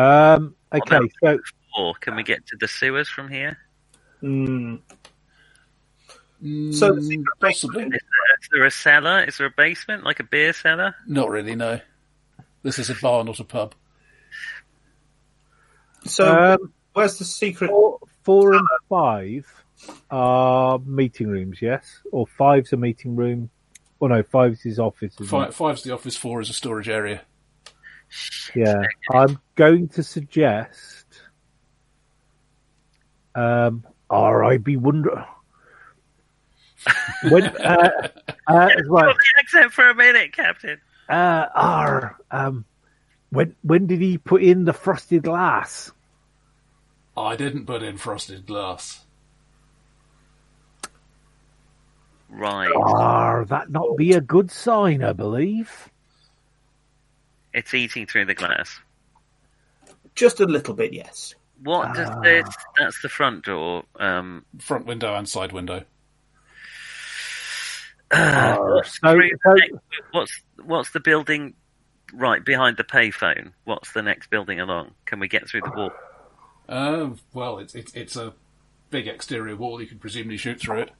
S5: Um, okay,
S3: Well,
S5: so
S3: Or can we get to the sewers from here?
S4: mm. So,
S1: Mm, possibly.
S3: Is there, is there a cellar? Is there a basement, like a beer cellar?
S1: Not really, no. This is a bar, not a pub.
S4: so
S1: Uh,
S5: um,
S4: where's the secret?
S5: four, four and five are meeting rooms, yes, or five's a meeting room. Oh no, five's his office. Isn't
S1: Five, five's the office, four is a storage area.
S5: it? Yeah, I'm going to suggest. Um, R.I.B. Wonder. when uh, uh, right,
S3: Got the accent for a minute, Captain.
S5: uh, R. Um, when when did he put in the frosted glass?
S1: I didn't put in frosted glass.
S3: Right.
S5: R. That not be a good sign, I believe.
S3: It's eating through the glass.
S4: Just a little bit, yes.
S3: What does
S5: Ah.
S3: this? That's the front door. Um,
S1: Front window and side window.
S3: what's,
S5: so-
S3: through the
S5: so-
S3: next- what's what's the building right behind the payphone? What's the next building along? Can we get through the wall?
S1: Uh, well, it's, it's it's a big exterior wall. You could presumably shoot through it,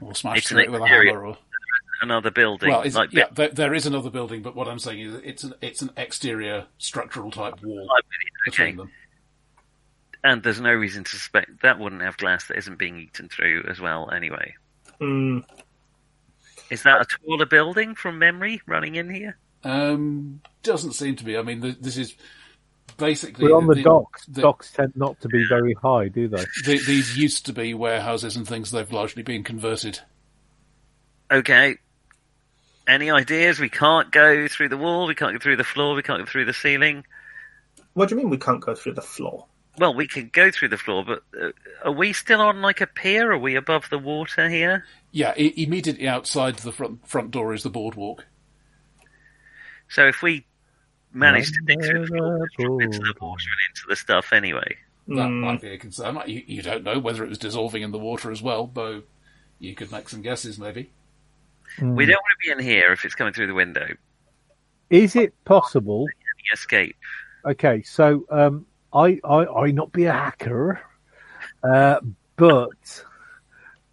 S1: or smash
S3: It's an
S1: through it with a
S3: exterior
S1: hammer. Or,
S3: Another building,
S1: well, it's,
S3: like
S1: yeah, there, there is another building, but what I'm saying is it's an it's an exterior structural type wall between
S3: okay.
S1: them.
S3: And there's no reason to suspect that wouldn't have glass that isn't being eaten through as well. Anyway,
S4: Mm.
S3: is that a taller building from memory running in here?
S1: Um, doesn't seem to be. I mean, th- this is basically
S5: We're on the, docks.
S1: the-
S5: docks tend not to be very high, do they?
S1: the- these used to be warehouses and things. They've largely been converted.
S3: Okay. Any ideas? We can't go through the wall. We can't go through the floor. We can't go through the ceiling.
S4: What do you mean we can't go through the floor?
S3: Well, we can go through the floor, but uh, are we still on like a pier? Are we above the water here?
S1: Yeah, I- immediately outside the front front door is the boardwalk.
S3: So if we manage to dig through the floor, we'll drop into the water and into the stuff anyway.
S1: That
S4: Hmm,
S1: might be a concern. You, you don't know whether it was dissolving in the water as well, though you could make some guesses maybe.
S5: Hmm.
S3: We don't want to be in here if it's coming through the window.
S5: Is it possible?
S3: Any escape?
S5: Okay, so um, I, I I not be a hacker. Uh, but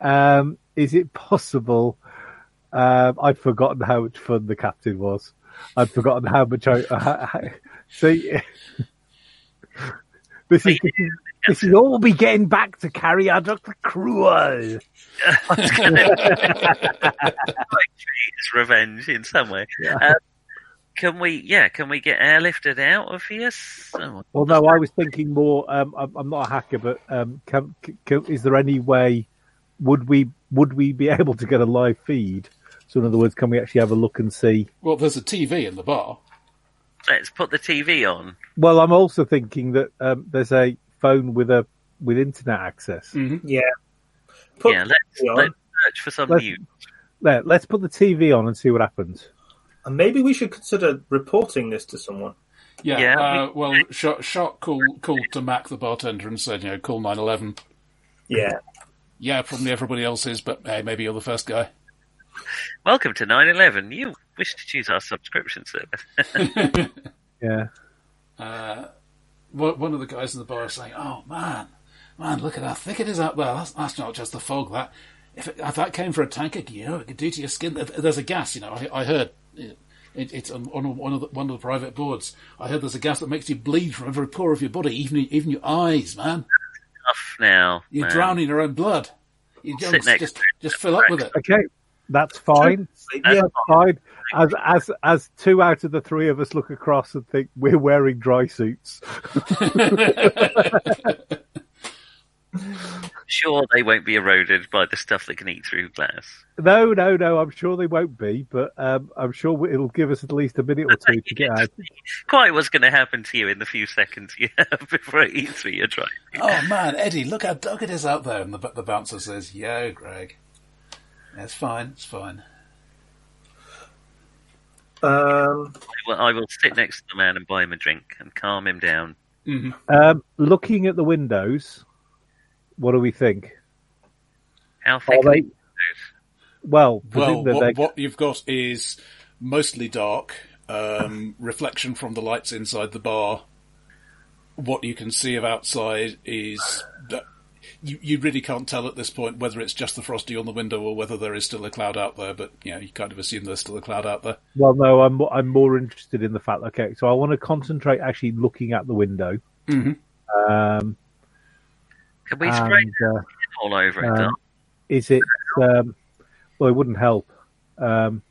S5: um, is it possible? Um, I'd forgotten how much fun the captain was. I'd forgotten how much I. I, see, this is this is all we getting back to carry our Doctor Cruel.
S3: it's revenge in some way. Um, can we? Yeah, can we get airlifted out of here? oh, So-
S5: Well, no, I was thinking more. Um, I'm, I'm not a hacker, but um, can, can, is there any way? Would we would we be able to get a live feed? So, in other words, can we actually have a look and see?
S1: Well, there's a TV in the bar.
S3: Let's put the TV on.
S5: Well, I'm also thinking that um, there's a phone with a with internet access.
S4: Yeah. Put
S3: yeah, let's,
S4: it on.
S3: let's search for some
S5: Let's-
S3: news.
S5: Let, let's put the TV on and see what happens.
S4: And maybe we should consider reporting this to someone.
S1: Yeah.
S3: Yeah.
S1: Uh, well, Shark, Shark called, called to Mac the bartender and said, you know, call 911.
S4: Yeah.
S1: Yeah, probably everybody else is, but hey, maybe you're the first guy.
S3: Welcome to 9/11. You wish to choose our subscription service.
S5: Yeah.
S1: One one of the guys in the bar is saying, "Oh man, man, look at how thick it is out there. That's, that's not just the fog. That if, it, if that came for a tanker, you know, what it could do to your skin. There- There's a gas. You know, I, I heard it, it's on, on one of the, one of the private boards. I heard there's a gas that makes you bleed from every pore of your body, even even your eyes, man.
S3: Enough now.
S1: You're
S3: man.
S1: drowning your own blood. You
S3: Sit
S1: just,
S3: next
S1: just
S3: to it.
S1: just fill up with it.
S5: Okay, that's fine.
S4: yeah.
S5: That's fine. As as as two out of the three of us look across and think we're wearing dry suits.
S3: Sure, they won't be eroded by the stuff they can eat through glass.
S5: No, no, no. I'm sure they won't be, but um, I'm sure it'll give us at least a minute or two to get out.
S3: Quite what's going to happen to you in the few seconds you have before it eats through your dry.
S1: Oh man, Eddie, look how dark it is out there. And the, the bouncer says, "Yo, Greg, that's fine. It's fine."
S4: Um,
S3: Well, I will sit next to the man and buy him a drink and calm him down.
S5: Um, looking at the windows, what do we think?
S3: How thick
S5: Are
S3: are
S5: they? Well,
S1: Well,
S5: presume that
S1: what,
S5: they-
S1: what you've got is mostly dark, um, reflection from the lights inside the bar. What you can see of outside is that you, you really can't tell at this point whether it's just the frosty on the window or whether there is still a cloud out there, but you know, you kind of assume there's still a cloud out there.
S5: well, no. I'm I'm more interested in the fact. Okay, so I want to concentrate actually looking at the window.
S1: Mm-hmm.
S5: Um,
S3: Can we spray
S5: and uh,
S3: all over it?
S5: um,
S3: Doc?
S5: is it? Um, well, it wouldn't help. Um,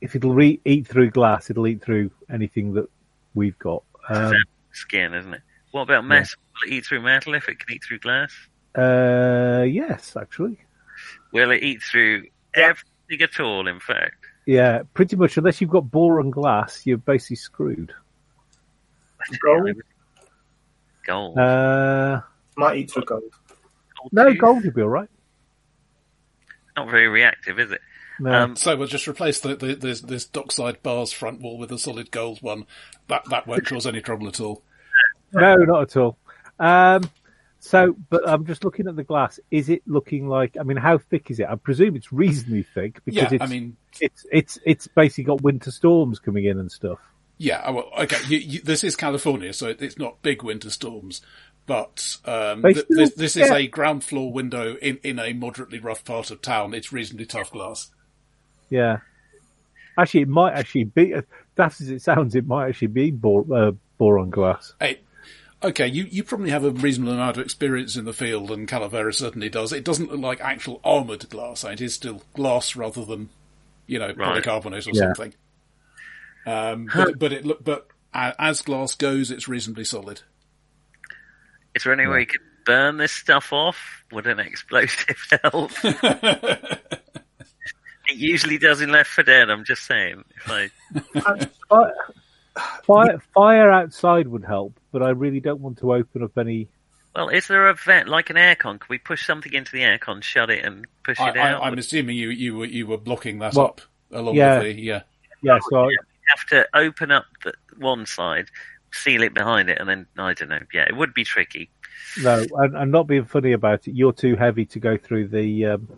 S5: if it'll re- eat through glass, it'll eat through anything that we've got. Um,
S3: Skin, isn't it? What about metal? Will it eat through metal if it can eat through glass?
S5: uh, yes, actually.
S3: Will it eat through everything at all? In fact,
S5: Yeah, pretty much. Unless you've got bore and glass, you're basically screwed.
S4: gold
S3: gold.
S5: Uh,
S4: might eat for gold.
S3: Gold
S5: no,
S3: tooth.
S5: gold would be all right.
S3: Not very reactive, is it?
S5: No.
S3: Um,
S1: So we'll just replace the, the, this, this dockside bar's front wall with a solid gold one. That that won't cause any trouble at all.
S5: no, not at all. Um, so, but I'm just looking at the glass. Is it looking like? I mean, how thick is it? I presume it's reasonably thick because
S1: Yeah,
S5: it's,
S1: I mean,
S5: it's it's it's basically got winter storms coming in and stuff.
S1: Yeah, oh, well, okay. You, you, this is California, so it, it's not big winter storms, but um,
S5: They
S1: th-
S5: still-
S1: this, this is
S5: yeah.
S1: a ground floor window in, in a moderately rough part of town. It's reasonably tough glass.
S5: Yeah. Actually, it might actually be. As daft as it sounds, it might actually be bore, uh, boron glass.
S1: Hey, okay, you, you probably have a reasonable amount of experience in the field, and Calavera certainly does. It doesn't look like actual armoured glass. eh? It is still glass rather than, you know,
S3: Right.
S1: polycarbonate or
S5: Yeah.
S1: something. Um, but, but it look, but a- as glass goes, it's reasonably solid.
S3: Is there any way you could burn this stuff off? Would an explosive help? it usually does in Left 4 Dead. I'm just saying. If I
S5: Fire, fire, fire outside would help, but I really don't want to open up any.
S3: Well, is there a vent like an aircon? Can we push something into the aircon, shut it, and push
S1: I,
S3: it out?
S1: I, I'm assuming you you were you were blocking that
S5: Well,
S1: up along
S5: yeah.
S1: with the yeah.
S5: Yeah, so I-
S3: have to open up the one side, seal it behind it, and then I don't know. Yeah, it would be tricky.
S5: no, and I'm not being funny about it. You're too heavy to go through the um,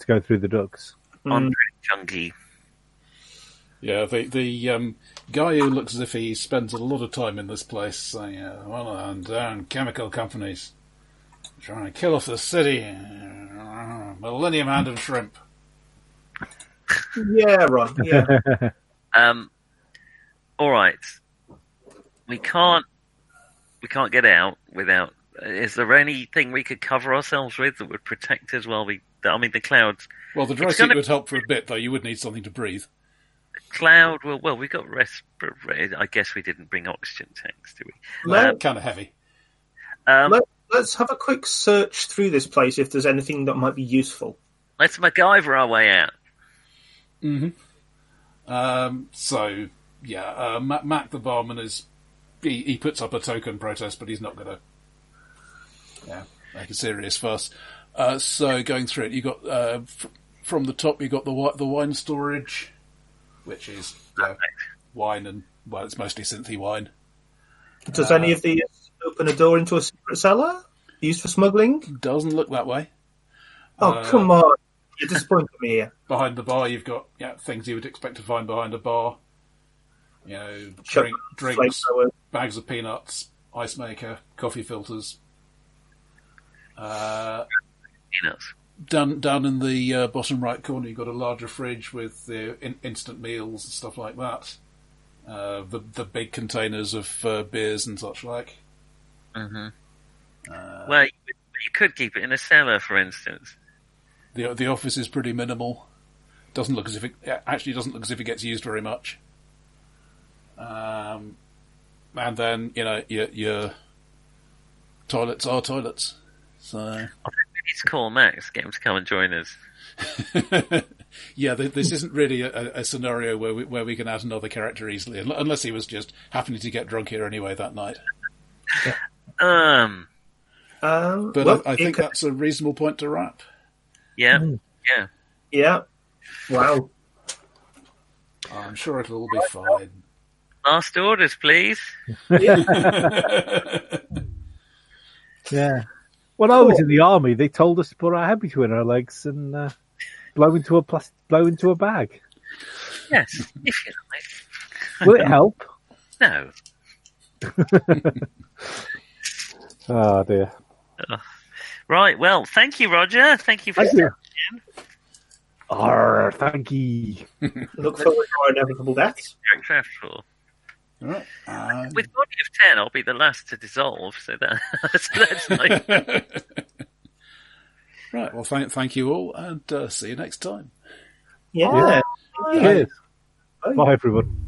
S5: to go through the ducts.
S3: I'm pretty chunky.
S1: Yeah, the the um, guy who looks as if he spends a lot of time in this place saying, uh, "Well, I'm down chemical companies, trying to kill off the city, Millennium Hand and Shrimp."
S4: Yeah, Ron. Yeah.
S3: Um, all right, we can't we can't get out without. Is there anything we could cover ourselves with that would protect us while we? I mean, the clouds.
S1: Well, the dry
S3: It's
S1: suit
S3: gonna-
S1: would help for a bit, though. You would need something to breathe.
S3: Cloud. Well, well, we got respiratory. I guess we didn't bring oxygen tanks, did we?
S4: Let,
S1: kind of heavy.
S3: Um,
S4: let, us have a quick search through this place if there's anything that might be useful.
S3: let's MacGyver our way out.
S1: Um, so yeah, uh, Mac, Mac the barman is he, he puts up a token protest, but he's not going to yeah make a serious fuss. Uh, so going through it, you got uh, f- from the top, you got the wi- the wine storage, which is yeah, wine and well, it's mostly synthy wine. Uh,
S4: Does any of these open a door into a secret cellar used for smuggling?
S1: Doesn't look that way.
S4: Oh,
S1: Uh,
S4: come on. You're disappointing me here.
S1: Behind the bar, you've got yeah things you would expect to find behind a bar. You know, drink,
S4: Chocolate
S1: drinks,
S4: flamethrower.
S1: bags of peanuts, ice maker, coffee filters.
S3: Peanuts.
S1: Down down in the uh, bottom right corner, you've got a larger fridge with the in- instant meals and stuff like that. Uh, the the big containers of uh, beers and such like.
S3: well, you, you could keep it in a cellar, for instance.
S1: The the office is pretty minimal. Doesn't look as if it yeah, actually doesn't look as if it gets used very much. Um, and then you know your your toilets are toilets, so.
S3: We need to call Max, get him to come and join us.
S1: yeah, th- this isn't really a, a scenario where we, where we can add another character easily, un- unless he was just happening to get drunk here anyway that night.
S3: Um,
S4: Um,
S1: But
S4: well,
S1: I, I
S4: it
S1: think
S4: could-
S1: that's a reasonable point to wrap.
S3: yeah, yeah.
S4: Yeah. Wow.
S1: I'm sure it'll all be fine.
S3: Last orders, please.
S5: Yeah. When I was in the army, they told us to put our hand between our legs and uh, blow into a plas- blow into a bag.
S3: Yes, if you like.
S5: Will it help?
S3: No.
S5: Oh dear.
S3: Right. Well, thank you, Roger. Thank you for
S5: Thank you. Arr, thank ye.
S4: Look forward to our inevitable deaths.
S3: character after all.
S1: All right. Uh,
S3: With body of ten, I'll be the last to dissolve. So, that, so that's nice.
S1: right. Well, thank thank you all, and uh, see you next time.
S4: Yeah.
S5: Cheers. Bye, everyone.